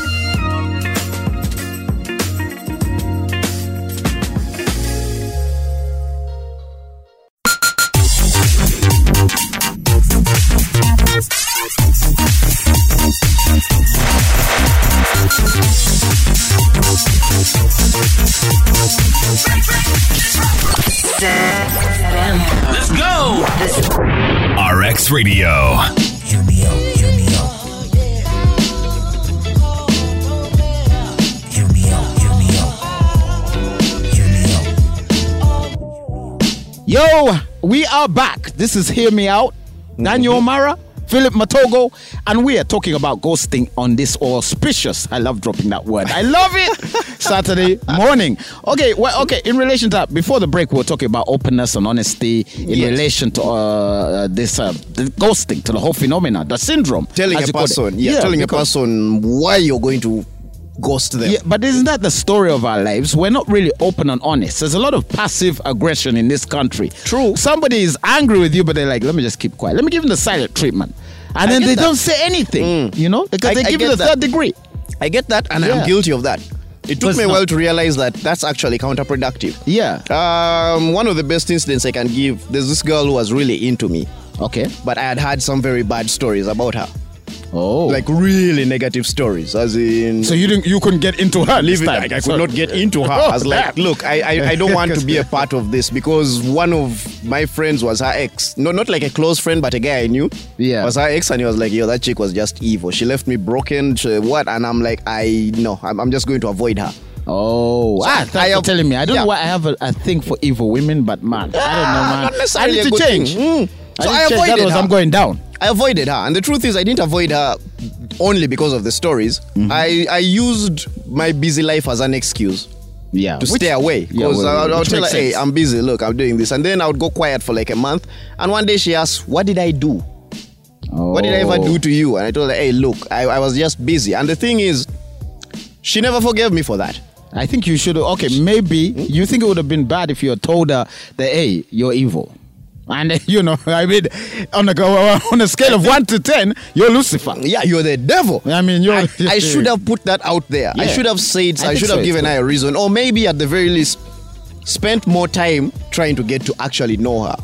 [SPEAKER 1] Let's go! RX Radio.
[SPEAKER 2] Hear me out, hear me out. Hear me out, hear me out. Hear me out.
[SPEAKER 3] Yo, we are back. This is Hear Me Out. Daniel
[SPEAKER 4] Mm-hmm.
[SPEAKER 3] O'Mara, Philip Matogo, and we are talking about ghosting on this auspicious. I love dropping that word. I love it. Saturday morning. Okay, well, okay. In relation to that, before the break, we were talking about openness and honesty in
[SPEAKER 4] Yes.
[SPEAKER 3] relation to uh, this uh, the ghosting, to the whole phenomena, the syndrome.
[SPEAKER 4] Telling
[SPEAKER 3] as
[SPEAKER 4] a
[SPEAKER 3] you call it.
[SPEAKER 4] person, yeah, telling a
[SPEAKER 3] because-
[SPEAKER 4] person why you're going to ghost them.
[SPEAKER 3] yeah, but isn't that the story of our lives? We're not really open and honest. There's a lot of passive aggression in this country.
[SPEAKER 4] True.
[SPEAKER 3] Somebody is angry with you, but they're like, let me just keep quiet. Let me give them the silent treatment. And then
[SPEAKER 4] get
[SPEAKER 3] they
[SPEAKER 4] that. Mm.
[SPEAKER 3] don't say anything, you know, because
[SPEAKER 4] I-
[SPEAKER 3] they
[SPEAKER 4] I
[SPEAKER 3] give you
[SPEAKER 4] get
[SPEAKER 3] the
[SPEAKER 4] that.
[SPEAKER 3] third degree.
[SPEAKER 4] I get that, and
[SPEAKER 3] Yeah.
[SPEAKER 4] I'm guilty of that. It took
[SPEAKER 3] But
[SPEAKER 4] me a
[SPEAKER 3] no.
[SPEAKER 4] while to realize that that's actually counterproductive.
[SPEAKER 3] Yeah.
[SPEAKER 4] Um, one of the best incidents I can give there's this girl who was really into me,
[SPEAKER 3] Uh, Okay.
[SPEAKER 4] but I had had some very bad stories about her,
[SPEAKER 3] Oh.
[SPEAKER 4] like really negative stories, as in.
[SPEAKER 3] so you didn't, you couldn't get into her.
[SPEAKER 4] leave
[SPEAKER 3] this
[SPEAKER 4] it.
[SPEAKER 3] time.
[SPEAKER 4] I, I could
[SPEAKER 3] So-
[SPEAKER 4] not get into her.
[SPEAKER 3] Oh,
[SPEAKER 4] I was like,
[SPEAKER 3] damn.
[SPEAKER 4] look, I, I, I don't want to be a part of this because one of my friends was her ex. No, not like a close friend, but a guy I knew.
[SPEAKER 3] Yeah.
[SPEAKER 4] Was her ex, and he was like, yo, that chick was just evil. She left me broken. She, what? And I'm like, I no, I'm, I'm just going to avoid her.
[SPEAKER 3] Oh,
[SPEAKER 4] So
[SPEAKER 3] ah,
[SPEAKER 4] I-
[SPEAKER 3] thanks
[SPEAKER 4] I
[SPEAKER 3] for
[SPEAKER 4] have-
[SPEAKER 3] telling me. I don't
[SPEAKER 4] yeah.
[SPEAKER 3] know why I have a, a thing for evil women, but man, I don't know, man.
[SPEAKER 4] Ah, not necessarily
[SPEAKER 3] I need
[SPEAKER 4] a
[SPEAKER 3] to
[SPEAKER 4] good
[SPEAKER 3] change.
[SPEAKER 4] thing. Mm.
[SPEAKER 3] I
[SPEAKER 4] So
[SPEAKER 3] need
[SPEAKER 4] I
[SPEAKER 3] to change. That
[SPEAKER 4] avoided
[SPEAKER 3] was
[SPEAKER 4] her.
[SPEAKER 3] I'm going down.
[SPEAKER 4] I avoided her. And the truth is, I didn't avoid her only because of the stories.
[SPEAKER 3] Mm-hmm.
[SPEAKER 4] I, I used my busy life as an excuse.
[SPEAKER 3] Yeah.
[SPEAKER 4] to
[SPEAKER 3] Which-
[SPEAKER 4] stay away
[SPEAKER 3] Yeah,
[SPEAKER 4] because
[SPEAKER 3] well,
[SPEAKER 4] I'll, I'll
[SPEAKER 3] which
[SPEAKER 4] tell her,
[SPEAKER 3] makes
[SPEAKER 4] "Hey,
[SPEAKER 3] sense.
[SPEAKER 4] I'm busy. Look, I'm doing this," and then I would go quiet for like a month. And one day she asked, "What did I do? What did I ever
[SPEAKER 3] Oh.
[SPEAKER 4] do to you?" And I told her, "Hey, look, I, I was just busy." And the thing is, she never forgave me for that.
[SPEAKER 3] I think you should. Okay, maybe you think it would have been bad if you had told her that, hey, you're evil. And you know, I mean, on a on a scale of one to ten, you're Lucifer.
[SPEAKER 4] Yeah, you're the devil.
[SPEAKER 3] I mean, you're.
[SPEAKER 4] I, I should have put that out there. I
[SPEAKER 3] Yeah.
[SPEAKER 4] should have said,
[SPEAKER 3] I
[SPEAKER 4] I,
[SPEAKER 3] think
[SPEAKER 4] should
[SPEAKER 3] so,
[SPEAKER 4] have
[SPEAKER 3] it's
[SPEAKER 4] given
[SPEAKER 3] good.
[SPEAKER 4] her a reason, or maybe at the very least, spent more time trying to get to actually know her.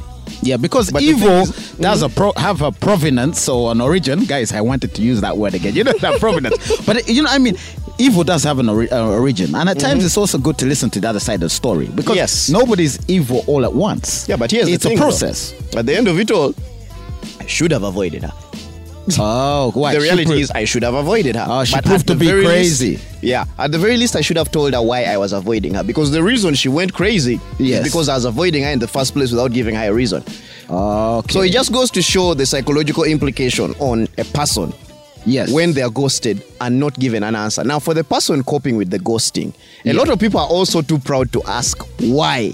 [SPEAKER 3] Yeah, because
[SPEAKER 4] But the
[SPEAKER 3] evil
[SPEAKER 4] thing is-
[SPEAKER 3] does a pro- have a provenance or an origin. Guys, I wanted to use that word again. You know that provenance, but you know, I mean, evil does have an ori- uh, origin, and at times it's also good to listen to the other side of the story because
[SPEAKER 4] Mm-hmm. Yes.
[SPEAKER 3] nobody's evil all at once.
[SPEAKER 4] Yeah, but here's
[SPEAKER 3] it's
[SPEAKER 4] the thing,
[SPEAKER 3] a
[SPEAKER 4] though.
[SPEAKER 3] process.
[SPEAKER 4] At the end of it all, I should have avoided her.
[SPEAKER 3] Oh, why?
[SPEAKER 4] the
[SPEAKER 3] She
[SPEAKER 4] reality
[SPEAKER 3] pro-
[SPEAKER 4] is, I should have avoided her.
[SPEAKER 3] Oh, she
[SPEAKER 4] But
[SPEAKER 3] proved
[SPEAKER 4] at
[SPEAKER 3] to
[SPEAKER 4] the
[SPEAKER 3] be
[SPEAKER 4] very
[SPEAKER 3] crazy.
[SPEAKER 4] least- yeah, at the very least, I should have told her why I was avoiding her because the reason she went crazy
[SPEAKER 3] Yes.
[SPEAKER 4] is because I was avoiding her in the first place without giving her a reason.
[SPEAKER 3] okay.
[SPEAKER 4] So it just goes to show the psychological implication on a person
[SPEAKER 3] yes,
[SPEAKER 4] when they are ghosted and not given an answer. Now, for the person coping with the ghosting, a lot of people are also too proud to ask why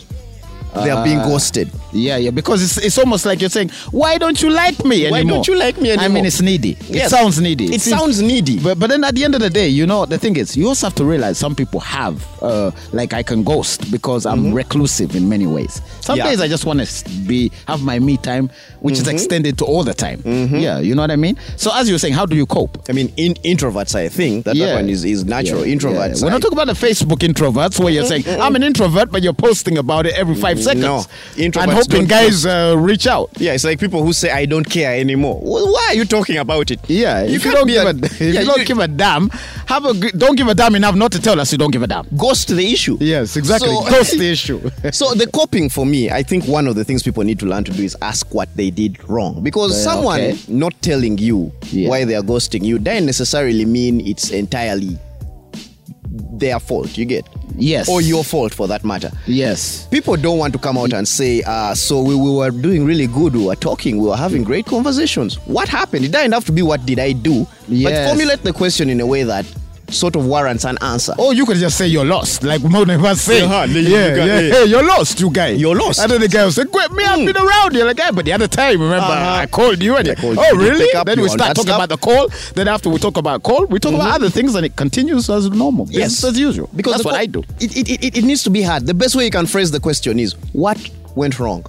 [SPEAKER 4] they are
[SPEAKER 3] Ah.
[SPEAKER 4] being ghosted.
[SPEAKER 3] yeah, yeah, because it's, it's almost like you're saying, why don't you like me anymore?
[SPEAKER 4] Why don't you like me
[SPEAKER 3] I
[SPEAKER 4] anymore?
[SPEAKER 3] mean, it's needy.
[SPEAKER 4] Yes.
[SPEAKER 3] It sounds needy.
[SPEAKER 4] It
[SPEAKER 3] seems-
[SPEAKER 4] sounds needy.
[SPEAKER 3] But but then at the end of the day, you know, the thing is, you also have to realize some people have uh, like I can ghost because I'm reclusive in many ways. Some
[SPEAKER 4] Mm-hmm. Yeah. Mm-hmm.
[SPEAKER 3] days I just want to be have my me time, which is extended to all the time. Yeah, you know what I mean. So as you're saying, how do you cope?
[SPEAKER 4] I mean, in introverts, I think that that one is, is natural.
[SPEAKER 3] Yeah,
[SPEAKER 4] introverts. eh?
[SPEAKER 3] yeah. We're not
[SPEAKER 4] I-
[SPEAKER 3] talking about the Facebook introverts where you're saying I'm an introvert, but you're posting about it every five seconds.
[SPEAKER 4] Mm, No. Introverts
[SPEAKER 3] and hoping
[SPEAKER 4] don't
[SPEAKER 3] guys uh, reach out.
[SPEAKER 4] Yeah, it's like people who say I don't care anymore. Well, why are you talking about it?
[SPEAKER 3] Yeah, if you
[SPEAKER 4] can't
[SPEAKER 3] don't
[SPEAKER 4] be
[SPEAKER 3] give a,
[SPEAKER 4] a-
[SPEAKER 3] if
[SPEAKER 4] yeah,
[SPEAKER 3] you don't give a damn, have a g- don't give a damn enough not to tell us you don't give a damn.
[SPEAKER 4] ghost the issue.
[SPEAKER 3] Yes, exactly.
[SPEAKER 4] So-
[SPEAKER 3] That's the issue.
[SPEAKER 4] so the coping for me, I think one of the things people need to learn to do is ask what they did wrong. Because
[SPEAKER 3] Uh,
[SPEAKER 4] someone
[SPEAKER 3] okay.
[SPEAKER 4] not telling you
[SPEAKER 3] Yeah.
[SPEAKER 4] why they are ghosting you doesn't necessarily mean it's entirely their fault. You get
[SPEAKER 3] Yes.
[SPEAKER 4] or your fault for that matter.
[SPEAKER 3] yes.
[SPEAKER 4] People don't want to come out and say, uh, so we, we were doing really good, we were talking, we were having great conversations. What happened? It doesn't have to be what did I do, but
[SPEAKER 3] Yes.
[SPEAKER 4] formulate the question in a way that sort of warrants an answer.
[SPEAKER 3] Or you could just say you're lost, like most of us say.
[SPEAKER 4] Uh-huh, you- you
[SPEAKER 3] yeah,
[SPEAKER 4] got-
[SPEAKER 3] yeah,
[SPEAKER 4] yeah.
[SPEAKER 3] Hey, you're lost, you guy.
[SPEAKER 4] You're lost. Hmm.
[SPEAKER 3] And then the guy will say, "Quit me, I've been around you, like, hey, but the other time, remember,
[SPEAKER 4] Uh-huh.
[SPEAKER 3] I called you and
[SPEAKER 4] I called you,
[SPEAKER 3] oh,
[SPEAKER 4] you didn't
[SPEAKER 3] really?
[SPEAKER 4] pick up,
[SPEAKER 3] Then
[SPEAKER 4] you
[SPEAKER 3] we
[SPEAKER 4] all
[SPEAKER 3] start
[SPEAKER 4] that
[SPEAKER 3] talking
[SPEAKER 4] stuff.
[SPEAKER 3] about the call. Then after we talk about call, we talk about other things, and it continues as normal. Business as usual.
[SPEAKER 4] Mm-hmm. Because
[SPEAKER 3] that's
[SPEAKER 4] the
[SPEAKER 3] what
[SPEAKER 4] co-
[SPEAKER 3] I do.
[SPEAKER 4] It, it, it, it needs to be hard. The best way you can phrase the question is, what went wrong?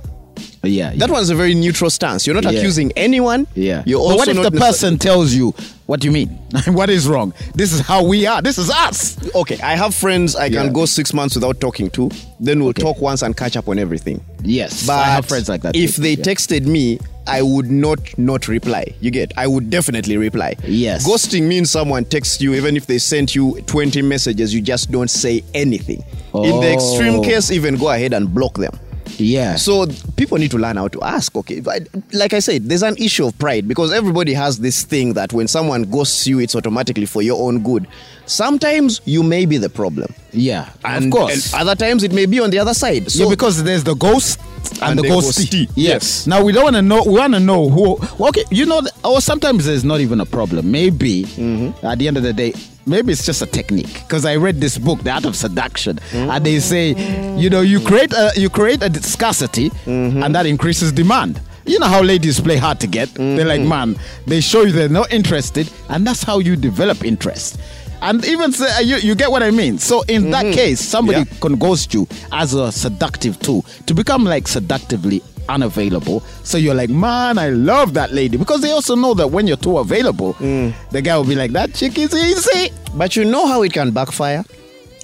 [SPEAKER 3] Yeah. yeah.
[SPEAKER 4] That one's a very neutral stance. You're not
[SPEAKER 3] Yeah.
[SPEAKER 4] accusing anyone.
[SPEAKER 3] Yeah.
[SPEAKER 4] You're also
[SPEAKER 3] but what if
[SPEAKER 4] not
[SPEAKER 3] the
[SPEAKER 4] necessar-
[SPEAKER 3] person tells you what do you mean? what is wrong? This is how we are. This is us.
[SPEAKER 4] Okay, I have friends I
[SPEAKER 3] Yeah.
[SPEAKER 4] can go six months without talking to. Then we'll talk once and catch up on everything.
[SPEAKER 3] Yes.
[SPEAKER 4] But
[SPEAKER 3] I have friends like that.
[SPEAKER 4] If
[SPEAKER 3] too.
[SPEAKER 4] they
[SPEAKER 3] Yeah.
[SPEAKER 4] texted me, I would not not reply. You get? I would definitely reply.
[SPEAKER 3] Yes.
[SPEAKER 4] Ghosting means someone texts you, even if they sent you 20 messages, you just don't say anything. In the extreme
[SPEAKER 3] Oh.
[SPEAKER 4] case, even go ahead and block them.
[SPEAKER 3] Yeah.
[SPEAKER 4] So th- people need to learn how to ask. Okay, but like I said, there's an issue of pride because everybody has this thing that when someone ghosts you, it's automatically for your own good. Sometimes you may be the problem.
[SPEAKER 3] Yeah.
[SPEAKER 4] And,
[SPEAKER 3] of course.
[SPEAKER 4] and other times it may be on the other side. So
[SPEAKER 3] yeah, because there's the ghost and,
[SPEAKER 4] And
[SPEAKER 3] the
[SPEAKER 4] the
[SPEAKER 3] ghosty.
[SPEAKER 4] ghostee,
[SPEAKER 3] Yeah.
[SPEAKER 4] yes.
[SPEAKER 3] Now we don't want to know. We want to know who. well, Okay, you know, th- or sometimes there's not even a problem. Maybe
[SPEAKER 4] Mm-hmm.
[SPEAKER 3] at the end of the day, maybe it's just a technique. Because I read this book, The Art of Seduction,
[SPEAKER 4] Mm.
[SPEAKER 3] and they say, you know, you create a you create a d- scarcity,
[SPEAKER 4] Mm-hmm.
[SPEAKER 3] and that increases demand. You know how ladies play hard to get. They're like,
[SPEAKER 4] Mm-hmm.
[SPEAKER 3] man, they show you they're not interested, and that's how you develop interest. And even say, uh, you, you get what I mean. So in that case, somebody
[SPEAKER 4] Mm-hmm. Yeah.
[SPEAKER 3] can ghost you as a seductive tool to become like seductively unavailable. So you're like, man, I love that lady because they also know that when you're too available,
[SPEAKER 4] Mm.
[SPEAKER 3] the guy will be like, that chick is easy.
[SPEAKER 4] But you know how it can backfire?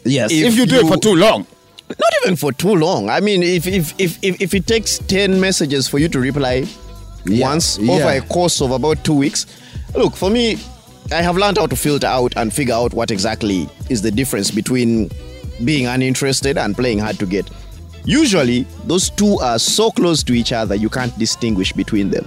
[SPEAKER 3] Yes, if,
[SPEAKER 4] If
[SPEAKER 3] you do it
[SPEAKER 4] you-
[SPEAKER 3] for too long.
[SPEAKER 4] Not even for too long. I mean, if if if if, if it takes 10 messages for you to reply
[SPEAKER 3] Yeah,
[SPEAKER 4] once
[SPEAKER 3] yeah.
[SPEAKER 4] over a course of about 2 weeks. Look, for me, I have learned how to filter out and figure out what exactly is the difference between being uninterested and playing hard to get. Usually, those two are so close to each other you can't distinguish between them,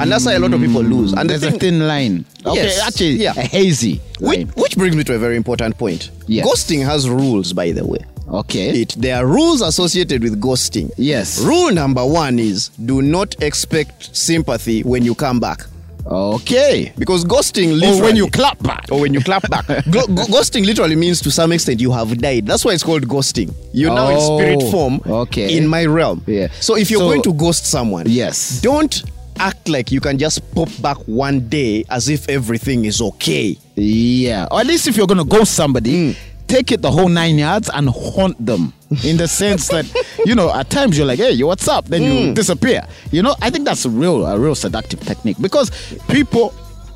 [SPEAKER 4] and that's why a lot of people lose. And the
[SPEAKER 3] Mm. There's a
[SPEAKER 4] thing,
[SPEAKER 3] thin line. Okay,
[SPEAKER 4] Yes,
[SPEAKER 3] actually,
[SPEAKER 4] yeah.
[SPEAKER 3] a hazy
[SPEAKER 4] which,
[SPEAKER 3] line.
[SPEAKER 4] which brings me to a very important point.
[SPEAKER 3] Yes.
[SPEAKER 4] Ghosting has rules, by the way
[SPEAKER 3] okay.
[SPEAKER 4] it. There are rules associated with ghosting.
[SPEAKER 3] Yes.
[SPEAKER 4] Rule number one is do not expect sympathy when you come back.
[SPEAKER 3] Okay.
[SPEAKER 4] Because ghosting literally.
[SPEAKER 3] Or when you clap back.
[SPEAKER 4] Or when you clap back. Glo- go- ghosting literally means to some extent you have died. That's why it's called ghosting. You're now in
[SPEAKER 3] Oh,
[SPEAKER 4] spirit form
[SPEAKER 3] okay.
[SPEAKER 4] in my realm.
[SPEAKER 3] Yeah.
[SPEAKER 4] So if you're
[SPEAKER 3] So-
[SPEAKER 4] going to ghost someone,
[SPEAKER 3] Yes.
[SPEAKER 4] don't act like you can just pop back one day as if everything is okay. Hmm.
[SPEAKER 3] Yeah, or at least if you're gonna ghost somebody, take it the whole nine yards and haunt them in the sense that you know at times you're like hey you what's up then
[SPEAKER 4] Hmm.
[SPEAKER 3] you disappear you know i think that's a real a real seductive technique because people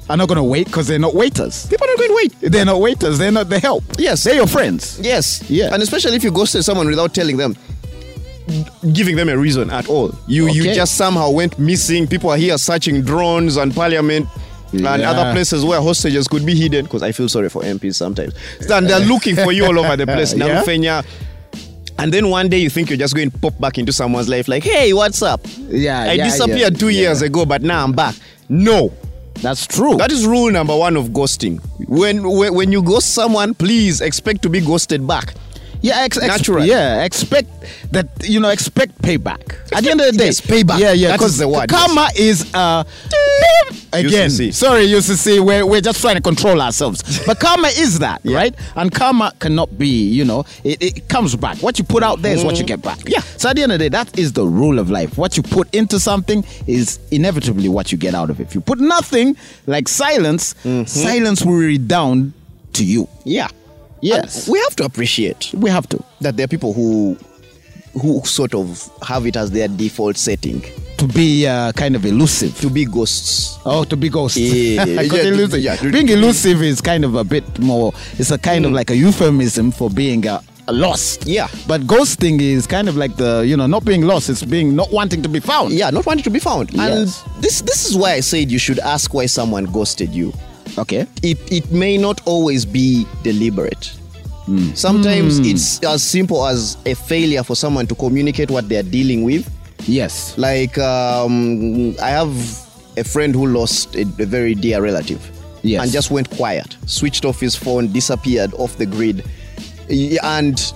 [SPEAKER 3] are not going to wait because they're not waiters people are not going to wait they're not waiters they're not the help
[SPEAKER 4] Yes.
[SPEAKER 3] they're your friends
[SPEAKER 4] Yes.
[SPEAKER 3] Yeah.
[SPEAKER 4] And especially if you ghosted someone without telling them, giving them a reason at all. You you
[SPEAKER 3] Okay.
[SPEAKER 4] just somehow went missing. People are here searching drones and parliament. And
[SPEAKER 3] Yeah.
[SPEAKER 4] other places where hostages could be hidden, because I feel sorry for MPs sometimes. And they're looking for you all over the place. Now,
[SPEAKER 3] Yeah.
[SPEAKER 4] Fenya. And then one day you think you're just going to pop back into someone's life, like, hey, what's up?
[SPEAKER 3] Yeah,
[SPEAKER 4] I
[SPEAKER 3] yeah,
[SPEAKER 4] disappeared
[SPEAKER 3] yeah,
[SPEAKER 4] two
[SPEAKER 3] yeah.
[SPEAKER 4] years ago, but now I'm back. No,
[SPEAKER 3] that's true
[SPEAKER 4] that is rule number one of ghosting. When when, when you ghost someone, please expect to be ghosted back.
[SPEAKER 3] Yeah, ex- ex-
[SPEAKER 4] Natural.
[SPEAKER 3] Yeah, expect that you know. Expect payback at the end of the day.
[SPEAKER 4] Yes, payback.
[SPEAKER 3] Yeah, yeah.
[SPEAKER 4] That is
[SPEAKER 3] Because
[SPEAKER 4] the word,
[SPEAKER 3] Karma is uh, again.
[SPEAKER 4] UCC.
[SPEAKER 3] Sorry, UCC. We're we're just trying to control ourselves. But karma is that right? And karma cannot be. You know, it, it comes back. What you put out there is what
[SPEAKER 4] Mm.
[SPEAKER 3] you get back.
[SPEAKER 4] Yeah.
[SPEAKER 3] So at the end of the day, that is the rule of life. What you put into something is inevitably what you get out of it. If you put nothing, like silence,
[SPEAKER 4] Mm-hmm.
[SPEAKER 3] silence will redound to you.
[SPEAKER 4] Yeah.
[SPEAKER 3] Yes.
[SPEAKER 4] And we have to appreciate
[SPEAKER 3] We have to.
[SPEAKER 4] that there are people who who sort of have it as their default setting
[SPEAKER 3] to be uh, kind of elusive.
[SPEAKER 4] to be ghosts.
[SPEAKER 3] Oh, to be ghost.
[SPEAKER 4] Yeah, yeah,
[SPEAKER 3] 'Cause
[SPEAKER 4] yeah,
[SPEAKER 3] elusive-
[SPEAKER 4] yeah, to-
[SPEAKER 3] being elusive is kind of a bit more. It's a kind of like a euphemism for being uh, lost.
[SPEAKER 4] Yeah.
[SPEAKER 3] But ghosting is kind of like the you know not being lost. It's being not wanting to be found.
[SPEAKER 4] Yeah, not wanting to be found.
[SPEAKER 3] Yes.
[SPEAKER 4] And this this is why I said you should ask why someone ghosted you.
[SPEAKER 3] Okay.
[SPEAKER 4] It it may not always be deliberate.
[SPEAKER 3] Hmm.
[SPEAKER 4] Sometimes it's as simple as a failure for someone to communicate what they are dealing with.
[SPEAKER 3] Yes.
[SPEAKER 4] Like um, I have a friend who lost a, a very dear relative,
[SPEAKER 3] Yes.
[SPEAKER 4] and just went quiet, switched off his phone, disappeared off the grid, Y- and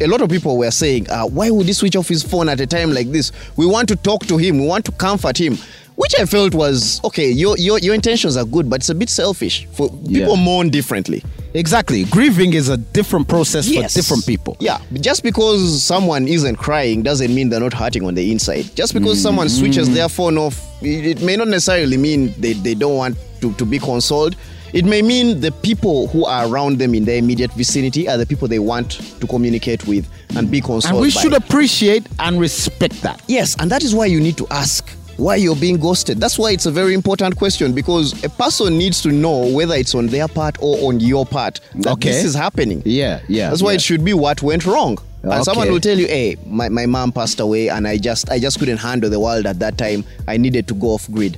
[SPEAKER 4] a lot of people were saying, uh, "Why would he switch off his phone at a time like this? We want to talk to him, we want to comfort him." Which I felt was okay. Your your, your intentions are good, but it's a bit selfish. For people mourn differently.
[SPEAKER 3] Exactly. Grieving is a different process for different people.
[SPEAKER 4] Yeah, but just because someone isn't crying doesn't mean they're not hurting on the inside. Just because someone switches
[SPEAKER 3] Mm.
[SPEAKER 4] their phone off, it, it may not necessarily mean they, they don't want to, to be consoled. It may mean the people who are around them in their immediate vicinity are the people they want to communicate with and be consoled.
[SPEAKER 3] And we
[SPEAKER 4] by.
[SPEAKER 3] should appreciate and respect that.
[SPEAKER 4] Yes, and that is why you need to ask why you're being ghosted. That's why it's a very important question because a person needs to know whether it's on their part or on your part that
[SPEAKER 3] Okay.
[SPEAKER 4] this is happening.
[SPEAKER 3] Yeah, yeah,
[SPEAKER 4] That's why
[SPEAKER 3] yeah.
[SPEAKER 4] it should be what went wrong. And someone
[SPEAKER 3] Okay.
[SPEAKER 4] will tell you, "Hey, my, my mom passed away, and I just I just couldn't handle the world at that time. I needed to go off grid."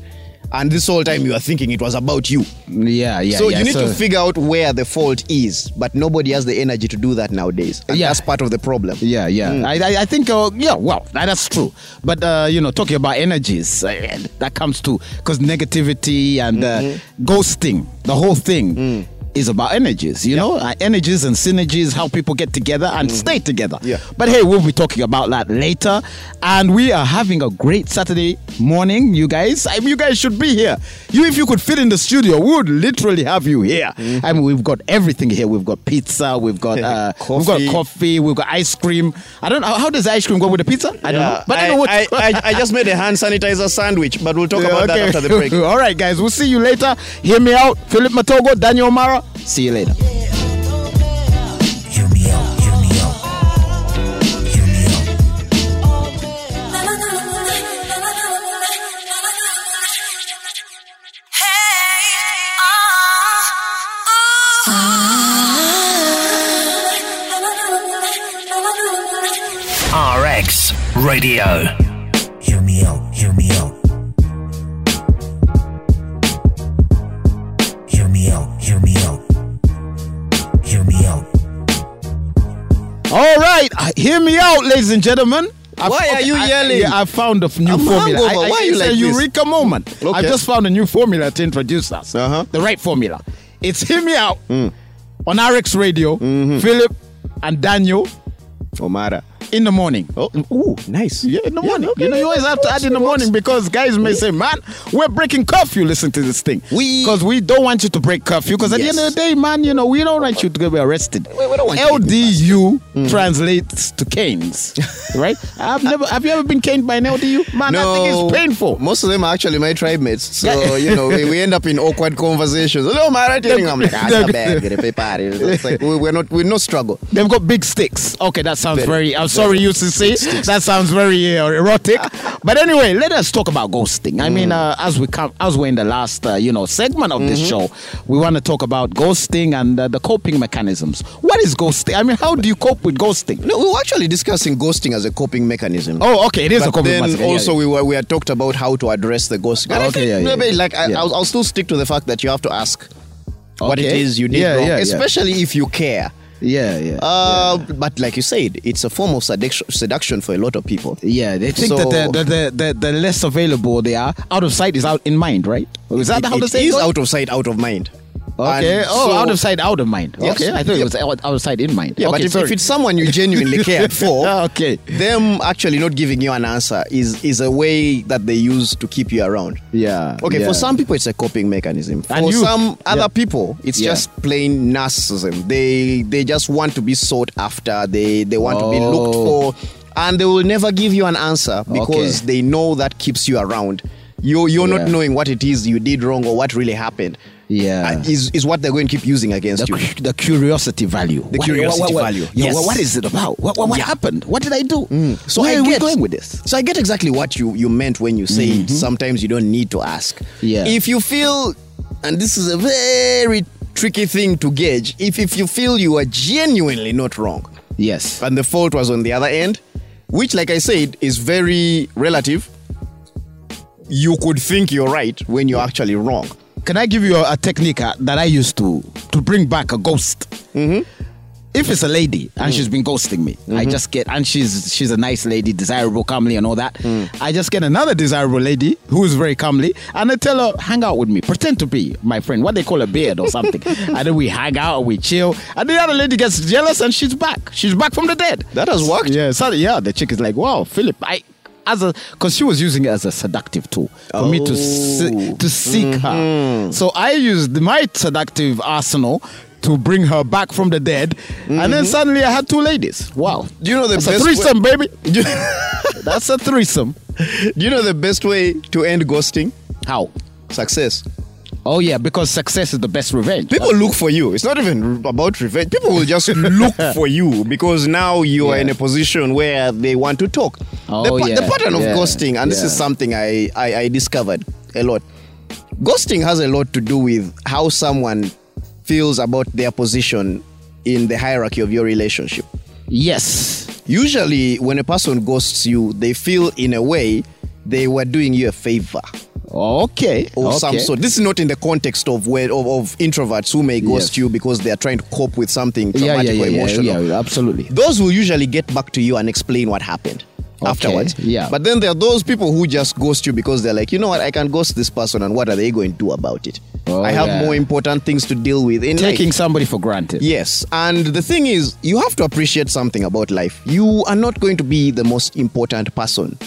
[SPEAKER 4] And this whole time you are thinking it was about you.
[SPEAKER 3] Yeah, yeah.
[SPEAKER 4] so
[SPEAKER 3] yeah.
[SPEAKER 4] you need to figure out where the fault is, but nobody has the energy to do that nowadays. And
[SPEAKER 3] Yeah.
[SPEAKER 4] that's part of the problem.
[SPEAKER 3] Yeah, yeah. I, I, I think, uh, yeah, well, that- that's true. But, uh, you know, talking about energies, uh, that comes too. Because negativity and uh, ghosting, the whole thing. Is about energies, you know, uh, energies and synergies, how people get together and stay together.
[SPEAKER 4] Yeah.
[SPEAKER 3] But hey, we'll be talking about that later. And we are having a great Saturday morning, you guys. I mean, you guys should be here. You, if you could fit in the studio, we would literally have you here. I mean, we've got everything here. We've got pizza. We've got uh, we've got
[SPEAKER 4] Coffee.
[SPEAKER 3] coffee coffee, we've got ice cream. I don't know how does ice cream go with the pizza? I don't know. But anyway,
[SPEAKER 4] I, I, I just made a hand sanitizer sandwich, but we'll talk about that after the break.
[SPEAKER 3] All right, guys, we'll see you later. Hear me out. Philip Matogo, Daniel Mara. See you later.
[SPEAKER 2] Hear me out, hear me out. Hear me out.
[SPEAKER 1] RX Radio.
[SPEAKER 2] Hear me out, hear me out. Hear me out, hear me out. Hear me out.
[SPEAKER 3] All right, uh, hear me out, ladies and gentlemen. I've-
[SPEAKER 4] Why are you
[SPEAKER 3] I-
[SPEAKER 4] yelling?
[SPEAKER 3] yeah, I, found a f- new
[SPEAKER 4] I'm
[SPEAKER 3] formula. I,
[SPEAKER 4] hungover.
[SPEAKER 3] I-
[SPEAKER 4] Why are you
[SPEAKER 3] it's a
[SPEAKER 4] like this?
[SPEAKER 3] eureka moment.
[SPEAKER 4] Okay.
[SPEAKER 3] I've just found a new formula to introduce us.
[SPEAKER 4] Uh-huh. Mm.
[SPEAKER 3] The right formula. It's hear me out
[SPEAKER 4] Mm-hmm.
[SPEAKER 3] on RX Radio. Philip and Daniel
[SPEAKER 4] Omara.
[SPEAKER 3] in the morning.
[SPEAKER 4] Oh, ooh, nice.
[SPEAKER 3] Yeah, in the morning.
[SPEAKER 4] okay,
[SPEAKER 3] you know, you
[SPEAKER 4] yeah,
[SPEAKER 3] always have to add in the morning because guys may say, "Man, we're breaking curfew." Listen to this thing,
[SPEAKER 4] We-
[SPEAKER 3] because we don't want you to break curfew. Because at
[SPEAKER 4] Yes.
[SPEAKER 3] the end of the day, man, you know, we don't want you to be arrested.
[SPEAKER 4] we don't want you to get
[SPEAKER 3] LDU translates to canes, right? Mm. I've never. Have you ever been caned by an LDU? Man,
[SPEAKER 4] No,
[SPEAKER 3] I think it's painful.
[SPEAKER 4] Most of them are actually my tribe mates, so
[SPEAKER 3] Yeah.
[SPEAKER 4] you know we, we end up in awkward conversations. Hello, Marathon. I'm like, ah,
[SPEAKER 3] They've-
[SPEAKER 4] it's a bag, it's a party. It's like we, we're not, we no struggle.
[SPEAKER 3] They've got big sticks. Okay, that sounds
[SPEAKER 4] Very-
[SPEAKER 3] very. I'm sorry, UCC. That sounds very uh, erotic. but anyway, let us talk about ghosting. I
[SPEAKER 4] Mm.
[SPEAKER 3] mean, uh, as we come, as we're in the last, uh, you know, segment of
[SPEAKER 4] Mm-hmm.
[SPEAKER 3] this show, we want to talk about ghosting and uh, the coping mechanisms. What is ghosting? I mean, how do you cope with ghosting?
[SPEAKER 4] No, we were actually discussing ghosting as a coping mechanism.
[SPEAKER 3] Oh, okay, it is
[SPEAKER 4] But
[SPEAKER 3] a coping
[SPEAKER 4] then
[SPEAKER 3] mechanism. Yeah,
[SPEAKER 4] also we were we had talked about how to address the ghosting. And I
[SPEAKER 3] Okay,
[SPEAKER 4] think
[SPEAKER 3] yeah, yeah,
[SPEAKER 4] maybe like I,
[SPEAKER 3] yeah.
[SPEAKER 4] I'll, I'll still stick to the fact that you have to ask what it
[SPEAKER 3] Okay.
[SPEAKER 4] is you need,
[SPEAKER 3] Yeah,
[SPEAKER 4] wrong,
[SPEAKER 3] yeah, yeah.
[SPEAKER 4] especially if you care.
[SPEAKER 3] yeah, yeah.
[SPEAKER 4] Uh, But like you said, it's a form of seduction, seduction for a lot of people.
[SPEAKER 3] yeah, they think
[SPEAKER 4] so-
[SPEAKER 3] that the, the, the, the, the less available they are, out of sight is out in mind, right? Is that
[SPEAKER 4] It-
[SPEAKER 3] how the
[SPEAKER 4] it
[SPEAKER 3] saying
[SPEAKER 4] is
[SPEAKER 3] goes?
[SPEAKER 4] out of sight, out of mind.
[SPEAKER 3] Okay.
[SPEAKER 4] And
[SPEAKER 3] oh,
[SPEAKER 4] so-
[SPEAKER 3] out of sight, out of mind.
[SPEAKER 4] Yes.
[SPEAKER 3] Okay, I thought it was out outside in mind.
[SPEAKER 4] Yeah,
[SPEAKER 3] okay,
[SPEAKER 4] but if,
[SPEAKER 3] sorry.
[SPEAKER 4] if it's someone you genuinely care for,
[SPEAKER 3] Ah, okay.
[SPEAKER 4] them actually not giving you an answer is is a way that they use to keep you around.
[SPEAKER 3] Yeah.
[SPEAKER 4] Okay,
[SPEAKER 3] yeah.
[SPEAKER 4] for some people it's a coping mechanism. For
[SPEAKER 3] And you-
[SPEAKER 4] some
[SPEAKER 3] yeah.
[SPEAKER 4] other people, it's
[SPEAKER 3] Yeah.
[SPEAKER 4] just plain narcissism. They they just want to be sought after. They they want to be looked
[SPEAKER 3] Oh.
[SPEAKER 4] for, and they will never give you an answer because
[SPEAKER 3] Okay.
[SPEAKER 4] they know that keeps you around. You you're not
[SPEAKER 3] Yeah.
[SPEAKER 4] knowing what it is you did wrong or what really happened.
[SPEAKER 3] Yeah.
[SPEAKER 4] uh, is is what they're going to keep using against
[SPEAKER 3] the,
[SPEAKER 4] you.
[SPEAKER 3] cu- the curiosity value.
[SPEAKER 4] The curiosity value,
[SPEAKER 3] Yeah,
[SPEAKER 4] yes. Mm.
[SPEAKER 3] well, what is it about? What, what, what happened? What did I do?
[SPEAKER 4] So
[SPEAKER 3] Where
[SPEAKER 4] I
[SPEAKER 3] are
[SPEAKER 4] get,
[SPEAKER 3] we going with this?
[SPEAKER 4] So I get exactly what you you meant when you say sometimes you don't need to ask.
[SPEAKER 3] Mm-hmm. Yeah.
[SPEAKER 4] If you feel, and this is a very tricky thing to gauge, if if you feel you are genuinely not wrong,
[SPEAKER 3] Yes.
[SPEAKER 4] and the fault was on the other end, which, like I said, is very relative. You could think you're right when you're actually wrong.
[SPEAKER 3] Can I give you a, a technique uh, that I used to to bring back a ghost?
[SPEAKER 4] Mm-hmm.
[SPEAKER 3] If it's a lady and
[SPEAKER 4] Mm.
[SPEAKER 3] she's been ghosting me, I just get and she's she's a nice lady, desirable, calmly, and all that.
[SPEAKER 4] Mm.
[SPEAKER 3] I just get another desirable lady who is very calmly, and I tell her, hang out with me, pretend to be my friend, what they call a beard or something, and then we hang out, we chill, and the other lady gets jealous and she's back, she's back from the dead.
[SPEAKER 4] That has worked.
[SPEAKER 3] Yeah, so, yeah. The chick is like, "Wow, Philip, I." As a, because she was using it as a seductive tool for me to se-
[SPEAKER 4] Oh,
[SPEAKER 3] to seek
[SPEAKER 4] mm-hmm.
[SPEAKER 3] her. So I used my seductive arsenal to bring her back from the dead, and then suddenly I had two ladies. Wow,
[SPEAKER 4] Mm-hmm. Do you know the
[SPEAKER 3] that's a
[SPEAKER 4] best way-
[SPEAKER 3] threesome, baby. that's a threesome.
[SPEAKER 4] Do you know the best way to end ghosting?
[SPEAKER 3] How?
[SPEAKER 4] Success.
[SPEAKER 3] Oh yeah, because success is the best revenge.
[SPEAKER 4] People look for you. It's not even r- about revenge. People will just look for you because now you are
[SPEAKER 3] Yeah.
[SPEAKER 4] in a position where they want to talk. the,
[SPEAKER 3] Oh,
[SPEAKER 4] pa- the
[SPEAKER 3] yeah,
[SPEAKER 4] pattern of
[SPEAKER 3] yeah,
[SPEAKER 4] ghosting, and this is
[SPEAKER 3] yeah.
[SPEAKER 4] something I, I, I discovered a lot. Ghosting has a lot to do with how someone feels about their position in the hierarchy of your relationship.
[SPEAKER 3] Yes.
[SPEAKER 4] Usually, when a person ghosts you, they feel in a way they were doing you a favor
[SPEAKER 3] Okay.
[SPEAKER 4] or
[SPEAKER 3] okay.
[SPEAKER 4] Oh, some sort. This is not in the context of where of, of introverts who may ghost
[SPEAKER 3] Yes.
[SPEAKER 4] you because they are trying to cope with something
[SPEAKER 3] Yeah,
[SPEAKER 4] traumatic
[SPEAKER 3] yeah, yeah,
[SPEAKER 4] or
[SPEAKER 3] yeah,
[SPEAKER 4] emotional.
[SPEAKER 3] yeah, yeah, absolutely.
[SPEAKER 4] Those will usually get back to you and explain what happened afterwards.
[SPEAKER 3] yeah.
[SPEAKER 4] But then there are those people who just ghost you because they're like, you know what, I can ghost this person and what are they going to do about it?
[SPEAKER 3] Oh,
[SPEAKER 4] I have
[SPEAKER 3] yeah.
[SPEAKER 4] more important things to deal with in
[SPEAKER 3] Taking
[SPEAKER 4] life.
[SPEAKER 3] somebody for granted.
[SPEAKER 4] Yes, and the thing is, you have to appreciate something about life. You are not going to be the most important person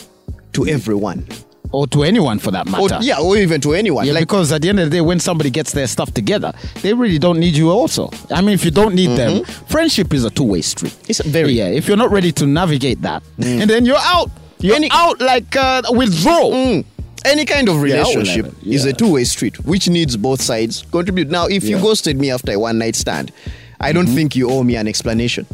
[SPEAKER 4] to everyone,
[SPEAKER 3] Or to anyone for that
[SPEAKER 4] or
[SPEAKER 3] matter.
[SPEAKER 4] yeah, or even to anyone.
[SPEAKER 3] Yeah,
[SPEAKER 4] like
[SPEAKER 3] because at the end of the day, when somebody gets their stuff together, they really don't need you. Also, I mean, if you don't need them, friendship is a two-way street.
[SPEAKER 4] Mm-hmm. It's very- Mm.
[SPEAKER 3] yeah. If you're not ready to navigate that, and then you're out, you're
[SPEAKER 4] Any- Mm.
[SPEAKER 3] out like uh, withdrawal.
[SPEAKER 4] any kind of
[SPEAKER 3] Yeah, I would
[SPEAKER 4] relationship
[SPEAKER 3] love it.
[SPEAKER 4] is a
[SPEAKER 3] Yeah.
[SPEAKER 4] two-way street which needs both sides contribute now if you
[SPEAKER 3] Yeah.
[SPEAKER 4] ghosted me after a one-night stand i don't think you owe me an explanation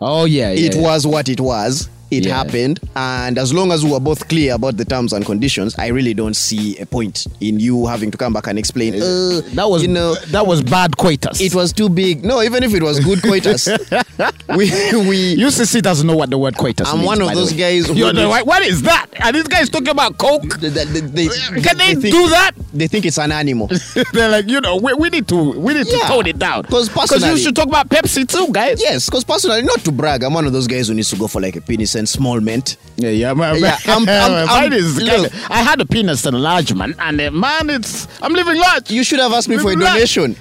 [SPEAKER 3] Oh yeah, yeah
[SPEAKER 4] it
[SPEAKER 3] yeah.
[SPEAKER 4] was what it was it
[SPEAKER 3] Yeah.
[SPEAKER 4] happened and as long as we were both clear about the terms and conditions i really don't see a point in you having to come back and explain uh,
[SPEAKER 3] that was
[SPEAKER 4] you know
[SPEAKER 3] that was bad coitus.
[SPEAKER 4] it was too big no even if it was good coitus we we
[SPEAKER 3] UCC doesn't know what the word coitus
[SPEAKER 4] I'm
[SPEAKER 3] means,
[SPEAKER 4] one of
[SPEAKER 3] by the
[SPEAKER 4] those
[SPEAKER 3] way.
[SPEAKER 4] guys who
[SPEAKER 3] You're the,
[SPEAKER 4] lives-
[SPEAKER 3] right- what is that? And this guy is talking about coke.
[SPEAKER 4] they, they, they,
[SPEAKER 3] Can they,
[SPEAKER 4] think-
[SPEAKER 3] do that?
[SPEAKER 4] they think it's an animal
[SPEAKER 3] They're like, you know, we, we need to we need
[SPEAKER 4] Yeah.
[SPEAKER 3] to tone it down.
[SPEAKER 4] 'Cause
[SPEAKER 3] you
[SPEAKER 4] personally-
[SPEAKER 3] should talk about Pepsi too, guys.
[SPEAKER 4] Yes, because personally, not to brag, I'm one of those guys who needs to go for like a penis ensmallment.
[SPEAKER 3] Yeah, yeah, my,
[SPEAKER 4] Yeah, I'm- I'm- I'm-
[SPEAKER 3] mine is
[SPEAKER 4] look.
[SPEAKER 3] kind of, I had a penis enlargement, and uh, man, it's I'm living large.
[SPEAKER 4] You should have asked me for a
[SPEAKER 3] Relax.
[SPEAKER 4] donation.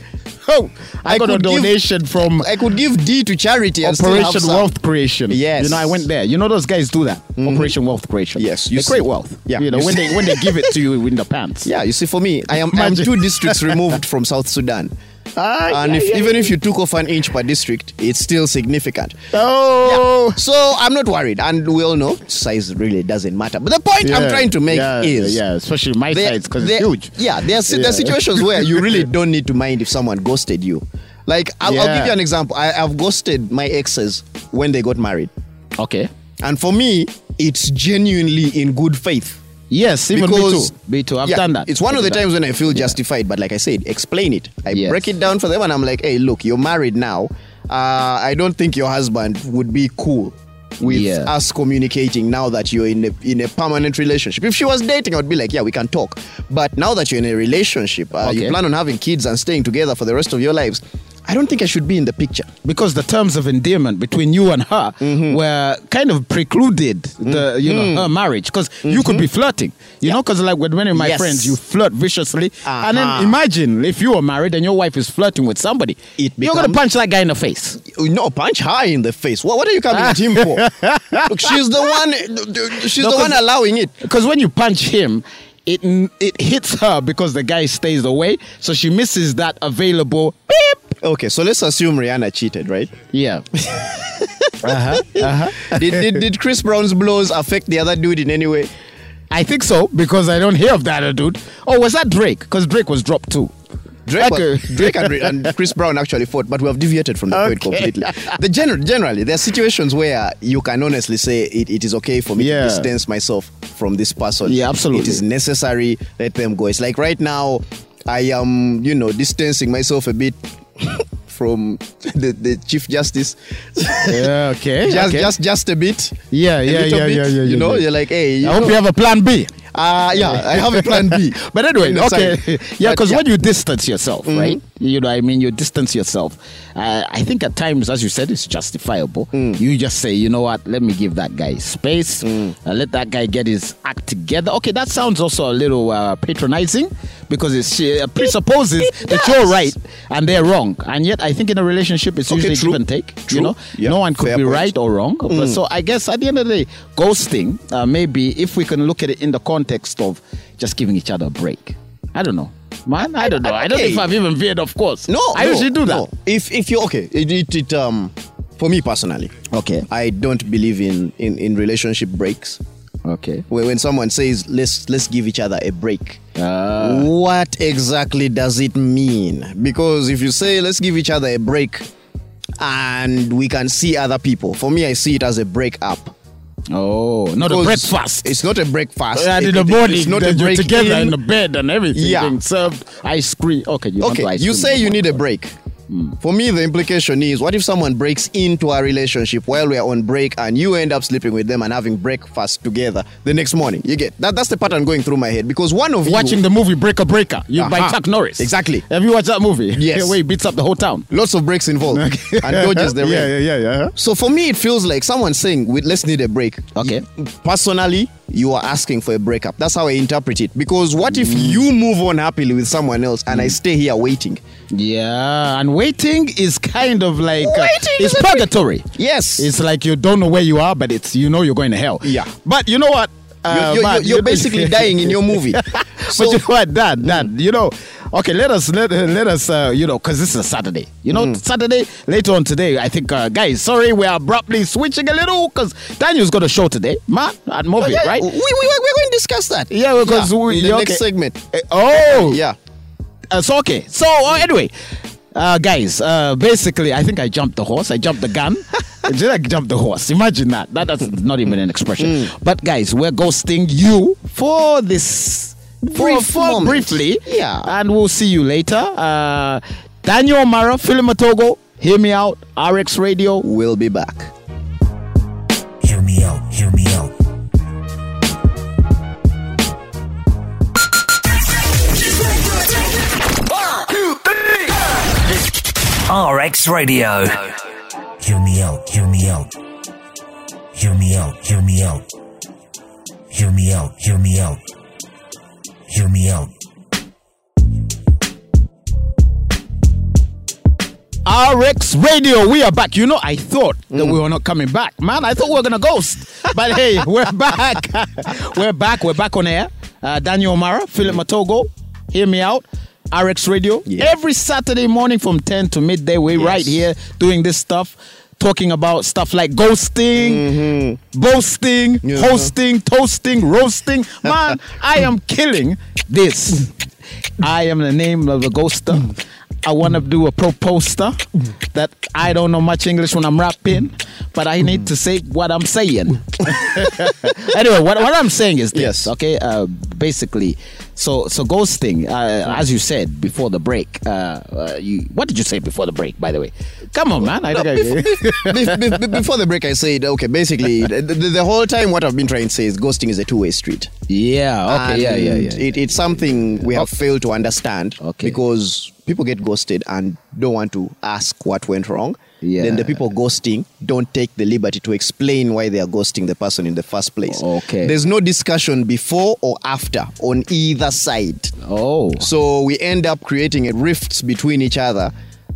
[SPEAKER 4] I,
[SPEAKER 5] got a
[SPEAKER 4] could
[SPEAKER 5] donation from
[SPEAKER 4] Give, I could give D to charity. and still have
[SPEAKER 5] Operation
[SPEAKER 4] some.
[SPEAKER 5] Wealth Creation.
[SPEAKER 4] Yes. Mm-hmm.
[SPEAKER 3] You know, I went there. You know, those guys do that. Operation wealth creation.
[SPEAKER 4] Yes, you
[SPEAKER 3] you they
[SPEAKER 4] see-
[SPEAKER 3] create wealth.
[SPEAKER 4] Yeah,
[SPEAKER 3] you know
[SPEAKER 4] you
[SPEAKER 3] when
[SPEAKER 4] see-
[SPEAKER 3] they when they give it to you in the pants.
[SPEAKER 4] Yeah, you see, for me, I am I'm
[SPEAKER 5] Imagine.
[SPEAKER 4] two districts removed from South Sudan.
[SPEAKER 5] Ah,
[SPEAKER 4] and
[SPEAKER 5] yeah,
[SPEAKER 4] if,
[SPEAKER 5] yeah,
[SPEAKER 4] even if you took off an inch per district, it's still significant.
[SPEAKER 5] Oh.
[SPEAKER 4] So I'm not worried. And we all know size really doesn't matter. But the point I'm
[SPEAKER 5] Yeah,
[SPEAKER 4] trying to make
[SPEAKER 5] yeah,
[SPEAKER 4] is.
[SPEAKER 5] yeah, especially my
[SPEAKER 4] there-
[SPEAKER 5] size because
[SPEAKER 4] there-
[SPEAKER 5] it's huge.
[SPEAKER 4] Yeah, there are, si- there are
[SPEAKER 5] Yeah.
[SPEAKER 4] situations where you really don't need to mind if someone ghosted you. Like, I'll, I'll give
[SPEAKER 5] Yeah.
[SPEAKER 4] you an example. I, I've ghosted my exes when they got married.
[SPEAKER 3] Okay.
[SPEAKER 4] And for me, it's genuinely in good faith.
[SPEAKER 3] Yes, even
[SPEAKER 4] Because-
[SPEAKER 3] me too. Me too. I've
[SPEAKER 4] Yeah,
[SPEAKER 3] done that.
[SPEAKER 4] It's one of
[SPEAKER 3] I've
[SPEAKER 4] the
[SPEAKER 3] done
[SPEAKER 4] times when I feel justified, but like I said, explain it. I
[SPEAKER 3] Yes.
[SPEAKER 4] break it down for them and I'm like, hey, look, you're married now. Uh, I don't think your husband would be cool with
[SPEAKER 3] Yeah.
[SPEAKER 4] us communicating now that you're in a, in a permanent relationship. If she was dating, I'd be like, yeah, we can talk. But now that you're in a relationship, uh, you
[SPEAKER 3] Okay.
[SPEAKER 4] plan on having kids and staying together for the rest of your lives. I don't think I should be in the picture.
[SPEAKER 3] because the terms of endearment between you and her were kind of precluded the you know her marriage because you could be flirting you know, 'cause know because like with many of my
[SPEAKER 4] Yes.
[SPEAKER 3] friends you flirt viciously and
[SPEAKER 4] Uh-huh.
[SPEAKER 3] then imagine if you were married and your wife is flirting with somebody
[SPEAKER 4] It
[SPEAKER 3] you're gonna punch
[SPEAKER 4] becomes-
[SPEAKER 3] that guy in the face
[SPEAKER 4] No, punch her in the face. What, what are you coming to him for? Look, she's the one. She's
[SPEAKER 3] No,
[SPEAKER 4] the
[SPEAKER 3] 'cause-
[SPEAKER 4] one allowing it.
[SPEAKER 3] because when you punch him it it hits her because the guy stays away so she misses that available beep
[SPEAKER 4] Okay, so let's assume Rihanna cheated, right?
[SPEAKER 3] yeah
[SPEAKER 4] did, did, did Chris Brown's blows affect the other dude in any way?
[SPEAKER 3] I think so because I don't hear of that other dude oh was that Drake because Drake was dropped too
[SPEAKER 4] Drake,
[SPEAKER 3] Okay.
[SPEAKER 4] was- Drake and, and Chris Brown actually fought, but we have deviated from the point completely. The gener- generally, there are situations where you can honestly say it, it is okay for me
[SPEAKER 5] Yeah.
[SPEAKER 4] to distance myself from this person.
[SPEAKER 3] Yeah, absolutely.
[SPEAKER 4] It is necessary. Let them go. It's like right now, I am, you know, distancing myself a bit from the, the Chief Justice.
[SPEAKER 3] yeah okay
[SPEAKER 4] Just,
[SPEAKER 3] okay.
[SPEAKER 4] just, just a bit.
[SPEAKER 5] Yeah,
[SPEAKER 4] A
[SPEAKER 5] yeah,
[SPEAKER 4] little
[SPEAKER 5] yeah,
[SPEAKER 4] bit.
[SPEAKER 5] yeah, yeah,
[SPEAKER 4] You
[SPEAKER 5] yeah,
[SPEAKER 4] know,
[SPEAKER 5] yeah.
[SPEAKER 4] you're like, hey, you
[SPEAKER 3] I hope
[SPEAKER 4] know,
[SPEAKER 3] you have a plan B.
[SPEAKER 4] Uh, yeah, I have a plan B.
[SPEAKER 3] But anyway,
[SPEAKER 4] No, sorry.
[SPEAKER 3] okay. Yeah,
[SPEAKER 4] But Mm-hmm.
[SPEAKER 3] because when you distance yourself, right? You know, what I mean, you distance yourself. Uh, I think at times, as you said, it's justifiable.
[SPEAKER 4] Mm.
[SPEAKER 3] You just say, you know what? Let me give that guy space. Uh, let that guy get his act together. Okay, that sounds also a little uh, patronizing because it uh, presupposes that you're right and they're wrong. And yet, I think in a relationship, it's usually
[SPEAKER 4] true.
[SPEAKER 3] give and take.
[SPEAKER 4] True.
[SPEAKER 3] You know,
[SPEAKER 4] Yeah,
[SPEAKER 3] no one could
[SPEAKER 4] fair
[SPEAKER 3] be
[SPEAKER 4] point.
[SPEAKER 3] right or wrong. But
[SPEAKER 4] Mm.
[SPEAKER 3] so I guess at the end of the day, ghosting, uh, maybe if we can look at it in the context of just giving each other a break. I don't know. Man, I don't know. I don't know
[SPEAKER 4] okay.
[SPEAKER 3] if I've even veered, of course.
[SPEAKER 4] No,
[SPEAKER 3] I
[SPEAKER 4] no,
[SPEAKER 3] usually do that.
[SPEAKER 4] no. If if you're okay, it, it, it um for me personally,
[SPEAKER 3] Okay.
[SPEAKER 4] I don't believe in in in relationship breaks.
[SPEAKER 3] Okay.
[SPEAKER 4] When, when someone says let's let's give each other a break,
[SPEAKER 3] Ah.
[SPEAKER 4] what exactly does it mean? Because if you say let's give each other a break, and we can see other people, for me I see it as a break up.
[SPEAKER 3] Oh, not a
[SPEAKER 4] Because
[SPEAKER 3] breakfast.
[SPEAKER 4] It's not a breakfast.
[SPEAKER 3] and in
[SPEAKER 4] It-
[SPEAKER 3] the
[SPEAKER 4] it-
[SPEAKER 3] morning,
[SPEAKER 4] it's not a
[SPEAKER 3] then you're
[SPEAKER 4] break
[SPEAKER 3] together
[SPEAKER 4] in.
[SPEAKER 3] in the bed and everything.
[SPEAKER 4] Yeah.
[SPEAKER 3] being served ice cream. Okay, you Hmm. don't do
[SPEAKER 4] okay
[SPEAKER 3] ice
[SPEAKER 4] you
[SPEAKER 3] cream
[SPEAKER 4] say you
[SPEAKER 3] anymore.
[SPEAKER 4] need a break for me the implication is what if someone breaks into our relationship while we're on break and you end up sleeping with them and having breakfast together the next morning you get that that's the pattern going through my head because one of
[SPEAKER 3] watching
[SPEAKER 4] you,
[SPEAKER 3] the movie Breaker Breaker. You by
[SPEAKER 4] Uh-huh.
[SPEAKER 3] Chuck Norris.
[SPEAKER 4] Exactly.
[SPEAKER 3] Have you watched that movie?
[SPEAKER 4] Yes.
[SPEAKER 3] Where he beats up the whole town.
[SPEAKER 4] lots of breaks involved and dodges the rain
[SPEAKER 5] Yeah, yeah, yeah, yeah.
[SPEAKER 4] so for me it feels like someone saying "We- let's need a break
[SPEAKER 3] Okay.
[SPEAKER 4] personally you are asking for a breakup that's how i interpret it because what if
[SPEAKER 3] Mm.
[SPEAKER 4] you move on happily with someone else and i stay here waiting
[SPEAKER 3] Yeah, and waiting is kind of like uh,
[SPEAKER 4] Waiting is
[SPEAKER 3] it's
[SPEAKER 4] a
[SPEAKER 3] purgatory.
[SPEAKER 4] yes
[SPEAKER 3] It's like you don't know where you are, but it's you know you're going to hell.
[SPEAKER 4] Yeah.
[SPEAKER 3] but you know what?
[SPEAKER 4] You're-
[SPEAKER 3] Uh,
[SPEAKER 4] you're,
[SPEAKER 3] man,
[SPEAKER 4] you're, you're basically dying in your movie. So
[SPEAKER 3] but you know what, Dad? Dad, you know, okay. Let us let let us uh, you know because this is a Saturday. You
[SPEAKER 4] Mm.
[SPEAKER 3] know, Saturday later on today. I think, uh, guys, sorry, we're abruptly switching a little because Daniel's got a show today, man, at movie,
[SPEAKER 4] Oh, Yeah,
[SPEAKER 3] right?
[SPEAKER 4] We, we, we're going to discuss that.
[SPEAKER 3] Yeah, because we
[SPEAKER 4] in the
[SPEAKER 3] yeah,
[SPEAKER 4] next
[SPEAKER 3] okay.
[SPEAKER 4] segment.
[SPEAKER 3] Uh, Oh,
[SPEAKER 4] Yeah.
[SPEAKER 3] uh, so okay. So uh, anyway, uh, guys, uh, basically, I think I jumped the horse. I jumped the gun. Did I jump the horse? Imagine that. that that's not even an expression.
[SPEAKER 4] Hmm.
[SPEAKER 3] But guys, we're ghosting you for this for,
[SPEAKER 4] Brief
[SPEAKER 3] for
[SPEAKER 4] moment.
[SPEAKER 3] briefly.
[SPEAKER 4] Yeah.
[SPEAKER 3] and we'll see you later. Uh, Daniel Mara, Filimatogo, hear me out. RX Radio.
[SPEAKER 4] We'll be back.
[SPEAKER 2] Hear me out, hear me out.
[SPEAKER 1] RX Radio.
[SPEAKER 2] Hear me out, hear me out. Hear me out, hear me out. Hear me out, hear me out. Hear me out.
[SPEAKER 3] RX Radio, we are back. You know, I thought that we were not coming back. Man, I thought we were going to ghost. But hey, we're back. we're back. We're back on air. Uh, Daniel O'Mara, Philip Matogo, hear me out. RX Radio.
[SPEAKER 4] Yeah.
[SPEAKER 3] Every Saturday morning from 10 to midday, we're right here doing this stuff, talking about stuff like ghosting, boasting,
[SPEAKER 4] Mm-hmm. Yeah.
[SPEAKER 3] hosting, toasting, roasting. Man, I am killing this. I am the name of the ghoster. I want to do a pro poster that I don't know much English when I'm rapping, but I need to say what I'm saying. anyway, what, what I'm saying is this,
[SPEAKER 4] Yes.
[SPEAKER 3] okay? Uh, basically, so so ghosting, uh, as you said before the break, uh, uh, you what did you say before the break? By the way, come on, man, I think I,
[SPEAKER 4] Bef- bef- bef- Before the break, I said, okay, basically, the, the, the whole time what I've been trying to say is ghosting is a two way street.
[SPEAKER 3] yeah, okay, yeah, yeah,
[SPEAKER 4] And
[SPEAKER 3] yeah, yeah.
[SPEAKER 4] It, it's something we have failed to understand
[SPEAKER 3] Okay.
[SPEAKER 4] because people get ghosted and don't want to ask what went wrong.
[SPEAKER 3] Yeah.
[SPEAKER 4] Then the people ghosting don't take the liberty to explain why they are ghosting the person in the first place.
[SPEAKER 3] Okay.
[SPEAKER 4] There's no discussion before or after on either side.
[SPEAKER 3] Oh,
[SPEAKER 4] So we end up creating a rifts between each other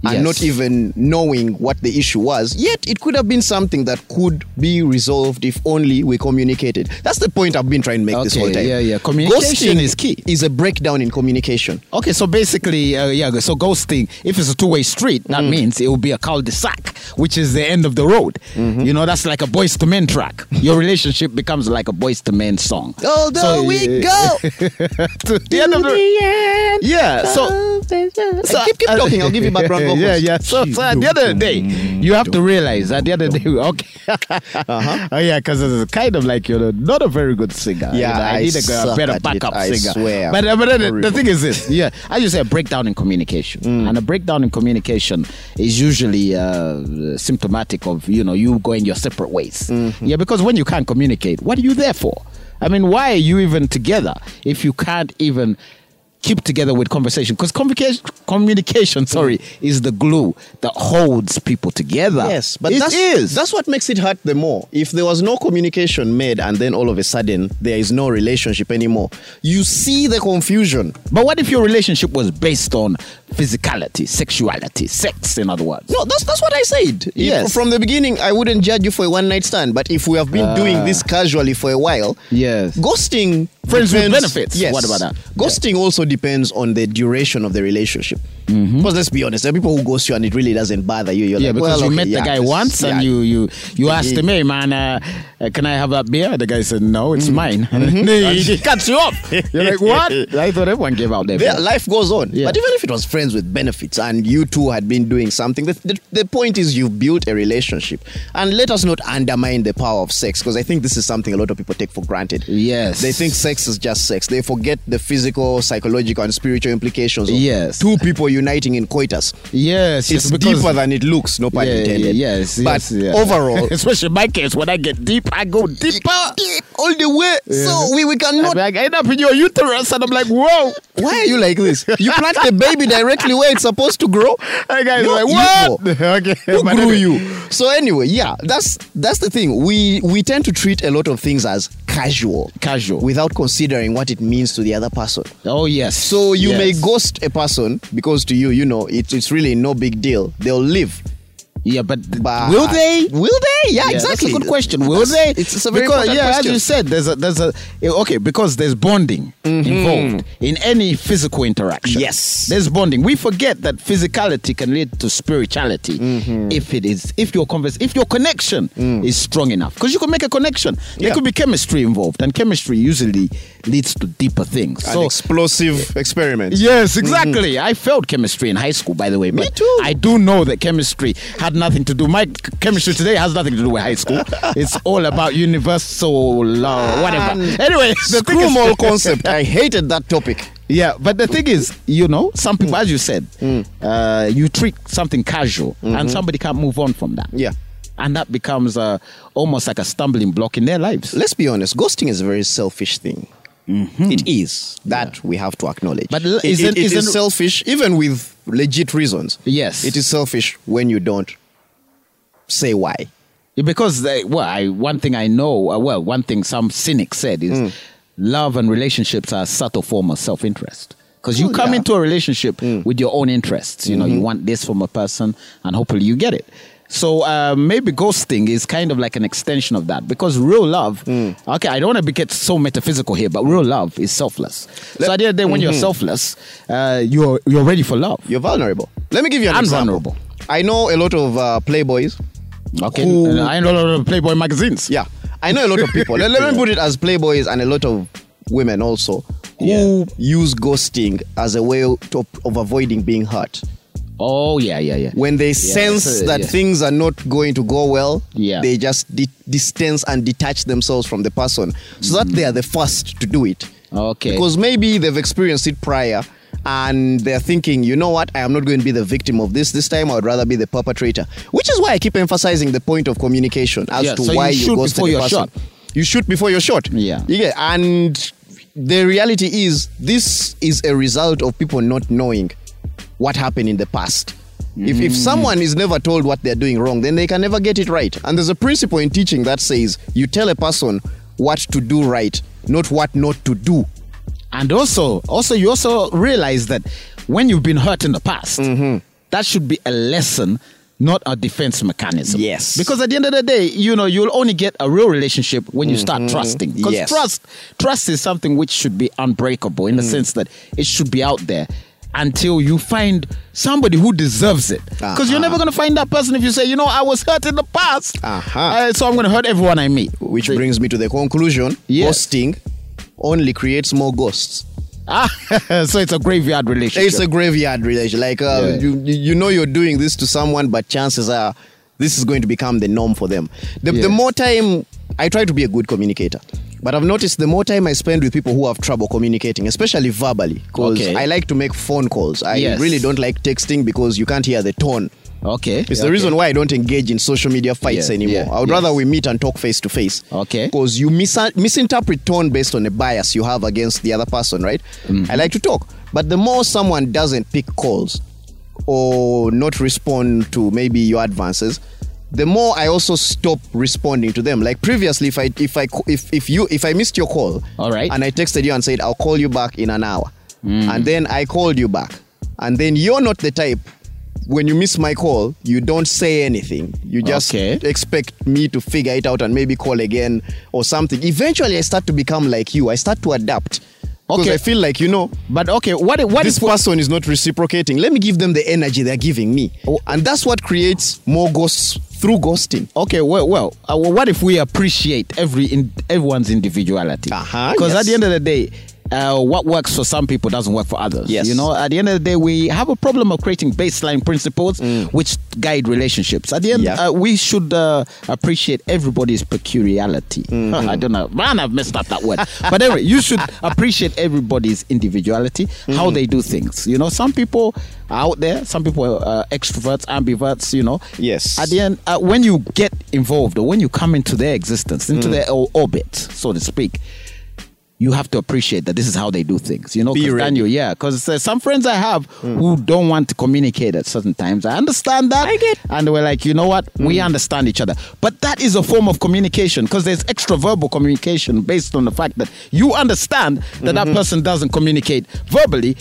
[SPEAKER 4] and
[SPEAKER 3] Yes.
[SPEAKER 4] not even knowing what the issue was. Yet it could have been something that could be resolved if only we communicated. That's the point I've been trying to make this
[SPEAKER 3] Okay,
[SPEAKER 4] whole time.
[SPEAKER 3] yeah, yeah. Communication
[SPEAKER 4] Ghosting
[SPEAKER 3] is key.
[SPEAKER 4] Is a breakdown in communication.
[SPEAKER 3] Okay, so basically, uh, yeah, so ghosting, if it's a two way street,
[SPEAKER 4] Mm.
[SPEAKER 3] that means it will be a cul de sac, which is the end of the road.
[SPEAKER 4] Mm-hmm.
[SPEAKER 3] You know, that's like a boys to men track. Your relationship becomes like a boys to men song.
[SPEAKER 4] Although
[SPEAKER 3] So,
[SPEAKER 4] we
[SPEAKER 3] yeah,
[SPEAKER 4] go
[SPEAKER 3] to the end of the Yeah, so. so
[SPEAKER 4] keep keep talking. I'll give you background vocals.
[SPEAKER 3] Yeah, yeah. So, so at the end of the day, you have to realize at the end of the day, okay. uh-huh. Oh, yeah, because it's kind of like you're not a very good singer.
[SPEAKER 4] Yeah,
[SPEAKER 3] You know, I,
[SPEAKER 4] I
[SPEAKER 3] need a, g- a
[SPEAKER 4] suck
[SPEAKER 3] better
[SPEAKER 4] at it,
[SPEAKER 3] backup
[SPEAKER 4] I
[SPEAKER 3] singer.
[SPEAKER 4] swear.
[SPEAKER 3] But, uh, but then the- the
[SPEAKER 4] Horrible.
[SPEAKER 3] thing is this yeah, as you say, a breakdown in communication.
[SPEAKER 4] Mm.
[SPEAKER 3] And a breakdown in communication is usually uh, symptomatic of, you know, you going your separate ways.
[SPEAKER 4] Mm-hmm.
[SPEAKER 3] Yeah, because when you can't communicate, what are you there for? I mean, why are you even together if you can't even keep together with conversation? Because communication,
[SPEAKER 4] Mm.
[SPEAKER 3] communication, sorry, is the glue that holds people together.
[SPEAKER 4] Yes, but
[SPEAKER 3] it
[SPEAKER 4] that's,
[SPEAKER 3] is.
[SPEAKER 4] that's what makes it hurt the more. If there was no communication made and then all of a sudden there is no relationship anymore, you see the confusion.
[SPEAKER 3] But what if your relationship was based on physicality, sexuality, sex, in other words?
[SPEAKER 4] No, that's that's what I said. If-
[SPEAKER 3] Yes.
[SPEAKER 4] from the beginning, I wouldn't judge you for a one night stand, but if we have been doing this casually for a while,
[SPEAKER 3] Yes.
[SPEAKER 4] ghosting
[SPEAKER 3] Friends with
[SPEAKER 4] depends-
[SPEAKER 3] benefits.
[SPEAKER 4] Yes.
[SPEAKER 3] What about that?
[SPEAKER 4] Ghosting also depends on the duration of the relationship. Because let's be honest, there are people who ghost you and it really doesn't bother you. You're
[SPEAKER 3] Yeah,
[SPEAKER 4] like,
[SPEAKER 3] because
[SPEAKER 4] well,
[SPEAKER 3] you
[SPEAKER 4] okay,
[SPEAKER 3] met
[SPEAKER 4] Mm-hmm. yeah,
[SPEAKER 3] the guy
[SPEAKER 4] this-
[SPEAKER 3] once
[SPEAKER 4] yeah.
[SPEAKER 3] and you you you asked
[SPEAKER 4] Yeah.
[SPEAKER 3] him, "Hey man, uh, uh, can I have that beer?" The guy said, "No, it's
[SPEAKER 4] Mm.
[SPEAKER 3] mine." And
[SPEAKER 4] Mm-hmm.
[SPEAKER 3] then he, he cuts you off. You're like, "What?" I thought everyone gave out their
[SPEAKER 4] Their
[SPEAKER 3] beer.
[SPEAKER 4] life goes on.
[SPEAKER 3] Yeah.
[SPEAKER 4] But even if it was friends with benefits and you two had been doing something, the, the, the point is you've built a relationship. And let us not undermine the power of sex because I think this is something a lot of people take for granted.
[SPEAKER 3] Yes.
[SPEAKER 4] They think sex is just sex, they forget the physical, psychological, and spiritual implications of
[SPEAKER 3] Yes.
[SPEAKER 4] two people uniting in coitus.
[SPEAKER 3] yes, yes,
[SPEAKER 4] It's
[SPEAKER 3] because-
[SPEAKER 4] deeper than it looks, no pun
[SPEAKER 3] yeah,
[SPEAKER 4] intended.
[SPEAKER 3] yeah, yes,
[SPEAKER 4] but
[SPEAKER 3] yes, yeah.
[SPEAKER 4] overall,
[SPEAKER 3] especially in my case, when I get deep, I go deeper.
[SPEAKER 4] deep all the way. So we, we
[SPEAKER 3] I,
[SPEAKER 4] cannot.
[SPEAKER 3] mean, I end up in your uterus, and I'm like, "Whoa!"
[SPEAKER 4] Why are you like this? You plant the baby directly where it's supposed to grow.
[SPEAKER 3] And guys
[SPEAKER 4] You're
[SPEAKER 3] like,
[SPEAKER 4] evil.
[SPEAKER 3] "What?" okay,
[SPEAKER 4] Who
[SPEAKER 3] but
[SPEAKER 4] grew
[SPEAKER 3] anyway.
[SPEAKER 4] you? So anyway, yeah, that's that's the thing. We we tend to treat a lot of things as casual,
[SPEAKER 3] Casual.
[SPEAKER 4] without considering what it means to the other person.
[SPEAKER 3] Oh yes.
[SPEAKER 4] So you may
[SPEAKER 3] Yes.
[SPEAKER 4] ghost a person because to you, you know, it's it's really no big deal. They'll live.
[SPEAKER 3] Yeah, but,
[SPEAKER 4] But
[SPEAKER 3] will they?
[SPEAKER 4] Will they? Yeah,
[SPEAKER 3] Yeah,
[SPEAKER 4] exactly.
[SPEAKER 3] That's a good question. Will they?
[SPEAKER 4] That's- It's, it's a very
[SPEAKER 3] because,
[SPEAKER 4] important
[SPEAKER 3] yeah,
[SPEAKER 4] question.
[SPEAKER 3] as you said, there's a there's a eh, okay because there's bonding involved in any physical interaction.
[SPEAKER 4] Mm-hmm. Yes.
[SPEAKER 3] there's bonding. We forget that physicality can lead to spirituality
[SPEAKER 4] Mm-hmm.
[SPEAKER 3] if it is if your converse if your connection is strong enough because you can make a connection. There
[SPEAKER 4] Mm. Yeah.
[SPEAKER 3] could be chemistry involved, and chemistry usually leads to deeper things.
[SPEAKER 4] An
[SPEAKER 3] so
[SPEAKER 4] explosive experiment.
[SPEAKER 3] Yes, exactly. I failed chemistry in high school, by the way. Me
[SPEAKER 4] Mm-hmm. too.
[SPEAKER 3] I do know that chemistry had nothing to do. My c- chemistry today has nothing to do with high school. it's all about universal law, whatever.
[SPEAKER 4] And
[SPEAKER 3] Anyway, the thing
[SPEAKER 4] Screw
[SPEAKER 3] is-
[SPEAKER 4] mall Ah. concept. I hated that topic.
[SPEAKER 3] Yeah, but the thing is, you know, some
[SPEAKER 4] Mm.
[SPEAKER 3] people, as you said, uh, you treat something casual, and somebody can't move on from that.
[SPEAKER 4] Mm-hmm. Yeah.
[SPEAKER 3] and that becomes uh, almost like a stumbling block in their lives.
[SPEAKER 4] Let's be honest. Ghosting is a very selfish thing. It is that we have to acknowledge.
[SPEAKER 3] But l-
[SPEAKER 4] It-
[SPEAKER 3] isn't-
[SPEAKER 4] it- it
[SPEAKER 3] isn't-
[SPEAKER 4] is selfish, even with legit reasons.
[SPEAKER 3] Yes.
[SPEAKER 4] it is selfish when you don't say why.
[SPEAKER 3] Because they, well, I, one thing I know, uh, well,
[SPEAKER 4] Hmm.
[SPEAKER 3] one thing some cynic said is love and relationships are a subtle form of self-interest. because you
[SPEAKER 4] Oh,
[SPEAKER 3] come
[SPEAKER 4] yeah. Hmm. Mm-hmm.
[SPEAKER 3] into a relationship with your own interests. You know, you want this from a person, and hopefully you get it. So uh, maybe ghosting is kind of like an extension of that because real love.
[SPEAKER 4] Hmm.
[SPEAKER 3] Okay, I don't want to get so metaphysical here, but real love is selfless. so at the end of the day, when
[SPEAKER 4] Mm-hmm.
[SPEAKER 3] you're selfless, uh, you're you're ready for love.
[SPEAKER 4] You're vulnerable. Let me give you an
[SPEAKER 3] I'm
[SPEAKER 4] example.
[SPEAKER 3] vulnerable.
[SPEAKER 4] I know a lot of uh, playboys.
[SPEAKER 3] Okay,
[SPEAKER 4] Who-
[SPEAKER 3] and I know a lot of Playboy magazines.
[SPEAKER 4] Yeah, I know a lot of people. let, let me put it as playboys and a lot of women also who use ghosting as a way to, of avoiding being hurt.
[SPEAKER 3] Oh yeah, yeah, yeah.
[SPEAKER 4] When they sense
[SPEAKER 3] so,
[SPEAKER 4] that
[SPEAKER 3] yeah.
[SPEAKER 4] things are not going to go well,
[SPEAKER 3] Yeah.
[SPEAKER 4] they just di- distance and detach themselves from the person so that they are the first to do it.
[SPEAKER 3] Okay.
[SPEAKER 4] Because maybe they've experienced it prior and they're thinking, you know what, I am not going to be the victim of this this time. I would rather be the perpetrator. Which is why I keep emphasizing the point of communication as
[SPEAKER 3] Yeah,
[SPEAKER 4] to
[SPEAKER 3] so you
[SPEAKER 4] why
[SPEAKER 3] shoot
[SPEAKER 4] ghosted
[SPEAKER 3] before
[SPEAKER 4] the
[SPEAKER 3] you're
[SPEAKER 4] person.
[SPEAKER 3] shot.
[SPEAKER 4] You shoot before you're shot.
[SPEAKER 3] Yeah.
[SPEAKER 4] You get- And the reality is, this is a result of people not knowing what happened in the past. If,
[SPEAKER 3] Mm.
[SPEAKER 4] if someone is never told what they're doing wrong, then they can never get it right. And there's a principle in teaching that says you tell a person what to do right, not what not to do.
[SPEAKER 3] and also also you also realize that when you've been hurt in the past
[SPEAKER 4] Mm-hmm.
[SPEAKER 3] that should be a lesson not a defense mechanism
[SPEAKER 4] Yes.
[SPEAKER 3] because at the end of the day you know you'll only get a real relationship when you start trusting because
[SPEAKER 4] Mm-hmm. Yes.
[SPEAKER 3] trust trust is something which should be unbreakable
[SPEAKER 4] Mm.
[SPEAKER 3] in the sense that it should be out there until you find somebody who deserves it because you're never going to find that person if you say you know i was hurt in the past
[SPEAKER 4] Uh-huh.
[SPEAKER 3] uh, so i'm going to hurt everyone i meet
[SPEAKER 4] Which brings me to the conclusion
[SPEAKER 3] Yeah.
[SPEAKER 4] ghosting only creates more ghosts.
[SPEAKER 3] Ah, so it's a graveyard relationship
[SPEAKER 4] It's a graveyard relation. Like uh,
[SPEAKER 3] Yeah.
[SPEAKER 4] you, you you know you're doing this to someone, but chances are this is going to become the norm for them. The, the
[SPEAKER 3] Yes.
[SPEAKER 4] more time I try to be a good communicator, but I've noticed the more time I spend with people who have trouble communicating, especially verbally, because
[SPEAKER 3] Okay.
[SPEAKER 4] I like to make phone calls. I
[SPEAKER 3] Yes.
[SPEAKER 4] really don't like texting because you can't hear the tone.
[SPEAKER 3] okay
[SPEAKER 4] It's the
[SPEAKER 3] okay.
[SPEAKER 4] reason why I don't engage in social media fights
[SPEAKER 3] Yeah,
[SPEAKER 4] anymore.
[SPEAKER 3] yeah,
[SPEAKER 4] I would
[SPEAKER 3] yes.
[SPEAKER 4] rather we meet and talk face to face.
[SPEAKER 3] Okay.
[SPEAKER 4] Because you mis- misinterpret tone based on a bias you have against the other person, right?
[SPEAKER 3] Mm-hmm.
[SPEAKER 4] I like to talk. But the more someone doesn't pick calls or not respond to maybe your advances, the more I also stop responding to them. Like previously, if I if I if, if you if I missed your call,
[SPEAKER 3] All right. Hmm.
[SPEAKER 4] and I texted you and said I'll call you back in an hour, and then I called you back, and then you're not the type. When you miss my call, you don't say anything. You just
[SPEAKER 3] Okay.
[SPEAKER 4] expect me to figure it out and maybe call again or something. Eventually, I start to become like you. I start to adapt because
[SPEAKER 3] Okay.
[SPEAKER 4] I feel like you know
[SPEAKER 3] But okay, what what
[SPEAKER 4] this
[SPEAKER 3] is
[SPEAKER 4] person is not reciprocating. Let me give them the energy they're giving me,
[SPEAKER 3] Oh.
[SPEAKER 4] and that's what creates more ghosts through ghosting.
[SPEAKER 3] okay? Well, well, uh, well, what if we appreciate every in, everyone's individuality?
[SPEAKER 4] Uh-huh,
[SPEAKER 3] Because
[SPEAKER 4] yes.
[SPEAKER 3] at the end of the day. Uh, what works for some people doesn't work for others.
[SPEAKER 4] Yes.
[SPEAKER 3] You know, at the end of the day, we have a problem of creating baseline principles which guide relationships. At the end,
[SPEAKER 4] Mm. Yeah.
[SPEAKER 3] uh, we should uh, appreciate everybody's peculiarity.
[SPEAKER 4] Mm-hmm.
[SPEAKER 3] I don't know. Man, I've messed up that word. but anyway, you should appreciate everybody's individuality, how
[SPEAKER 4] Mm.
[SPEAKER 3] they do things. You know, some people are out there, some people are uh, extroverts, ambiverts, you know.
[SPEAKER 4] Yes.
[SPEAKER 3] At the end, uh, when you get involved or when you come into their existence,
[SPEAKER 4] Mm.
[SPEAKER 3] into their o- orbit, so to speak, you have to appreciate that this is how they do things. You know,
[SPEAKER 4] Be
[SPEAKER 3] because
[SPEAKER 4] ready. Mm.
[SPEAKER 3] Daniel, yeah, because uh, some friends I have who don't want to communicate at certain times. I understand that. I get. And we're like, you know what? We
[SPEAKER 4] Mm.
[SPEAKER 3] understand each other. But that is a form of communication because there's extraverbal communication based on the fact that you understand that
[SPEAKER 4] Mm-hmm.
[SPEAKER 3] that person doesn't communicate verbally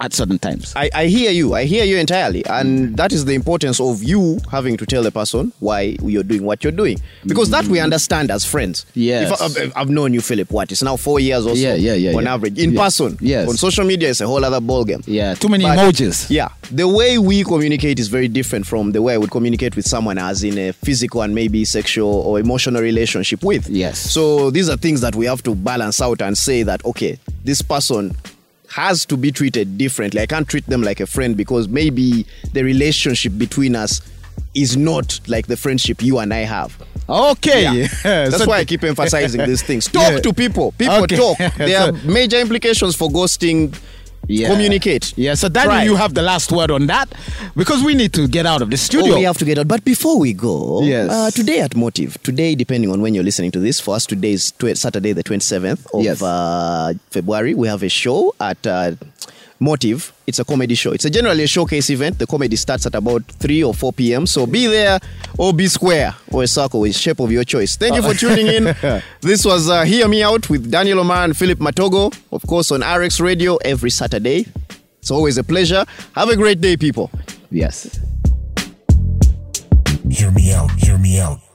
[SPEAKER 3] at certain times.
[SPEAKER 4] I, I hear you. I hear you entirely. And that is the importance of you having to tell the person why you're doing what you're doing. Because that we understand as friends.
[SPEAKER 3] Mm. Yes.
[SPEAKER 4] If I, I've, I've known you, Philip, what? It's now four years or so.
[SPEAKER 3] Yeah, yeah, yeah,
[SPEAKER 4] On
[SPEAKER 3] yeah.
[SPEAKER 4] average. In
[SPEAKER 3] Yeah.
[SPEAKER 4] person.
[SPEAKER 3] Yes.
[SPEAKER 4] On social media, it's a whole other ballgame.
[SPEAKER 3] Yeah, too many
[SPEAKER 4] But-
[SPEAKER 3] emojis.
[SPEAKER 4] Yeah. The way we communicate is very different from the way I would communicate with someone as in a physical and maybe sexual or emotional relationship with.
[SPEAKER 3] Yes.
[SPEAKER 4] So these are things that we have to balance out and say that okay, this person has to be treated differently. I can't treat them like a friend because maybe the relationship between us is not like the friendship you and I have.
[SPEAKER 3] Okay.
[SPEAKER 4] That's
[SPEAKER 3] So-
[SPEAKER 4] why I keep emphasizing these things. Talk
[SPEAKER 3] Yeah.
[SPEAKER 4] to people. People
[SPEAKER 3] Okay.
[SPEAKER 4] talk. There are major implications for ghosting.
[SPEAKER 3] Yeah.
[SPEAKER 4] Communicate.
[SPEAKER 3] Yeah, so Daniel,
[SPEAKER 4] Try.
[SPEAKER 3] you have the last word on that because we need to get out of the studio.
[SPEAKER 4] Oh, we have to get out. But before we go,
[SPEAKER 3] Yes.
[SPEAKER 4] uh, today at Motive, today, depending on when you're listening to this, for us, today is tw- Saturday, the 27th of
[SPEAKER 3] Yes.
[SPEAKER 4] uh, February. We have a show at. Uh, motive. It's a comedy show. It's a generally a showcase event. The comedy starts at about 3 or 4 p.m. So be there or be square or a circle, a shape of your choice. Thank you for
[SPEAKER 3] Uh.
[SPEAKER 4] tuning in. this was uh, Hear Me Out with Daniel Omar and Philip Matogo, of course, on RX Radio every Saturday. It's always a pleasure. Have a great day, people.
[SPEAKER 5] Yes.
[SPEAKER 2] Hear me out, hear me out.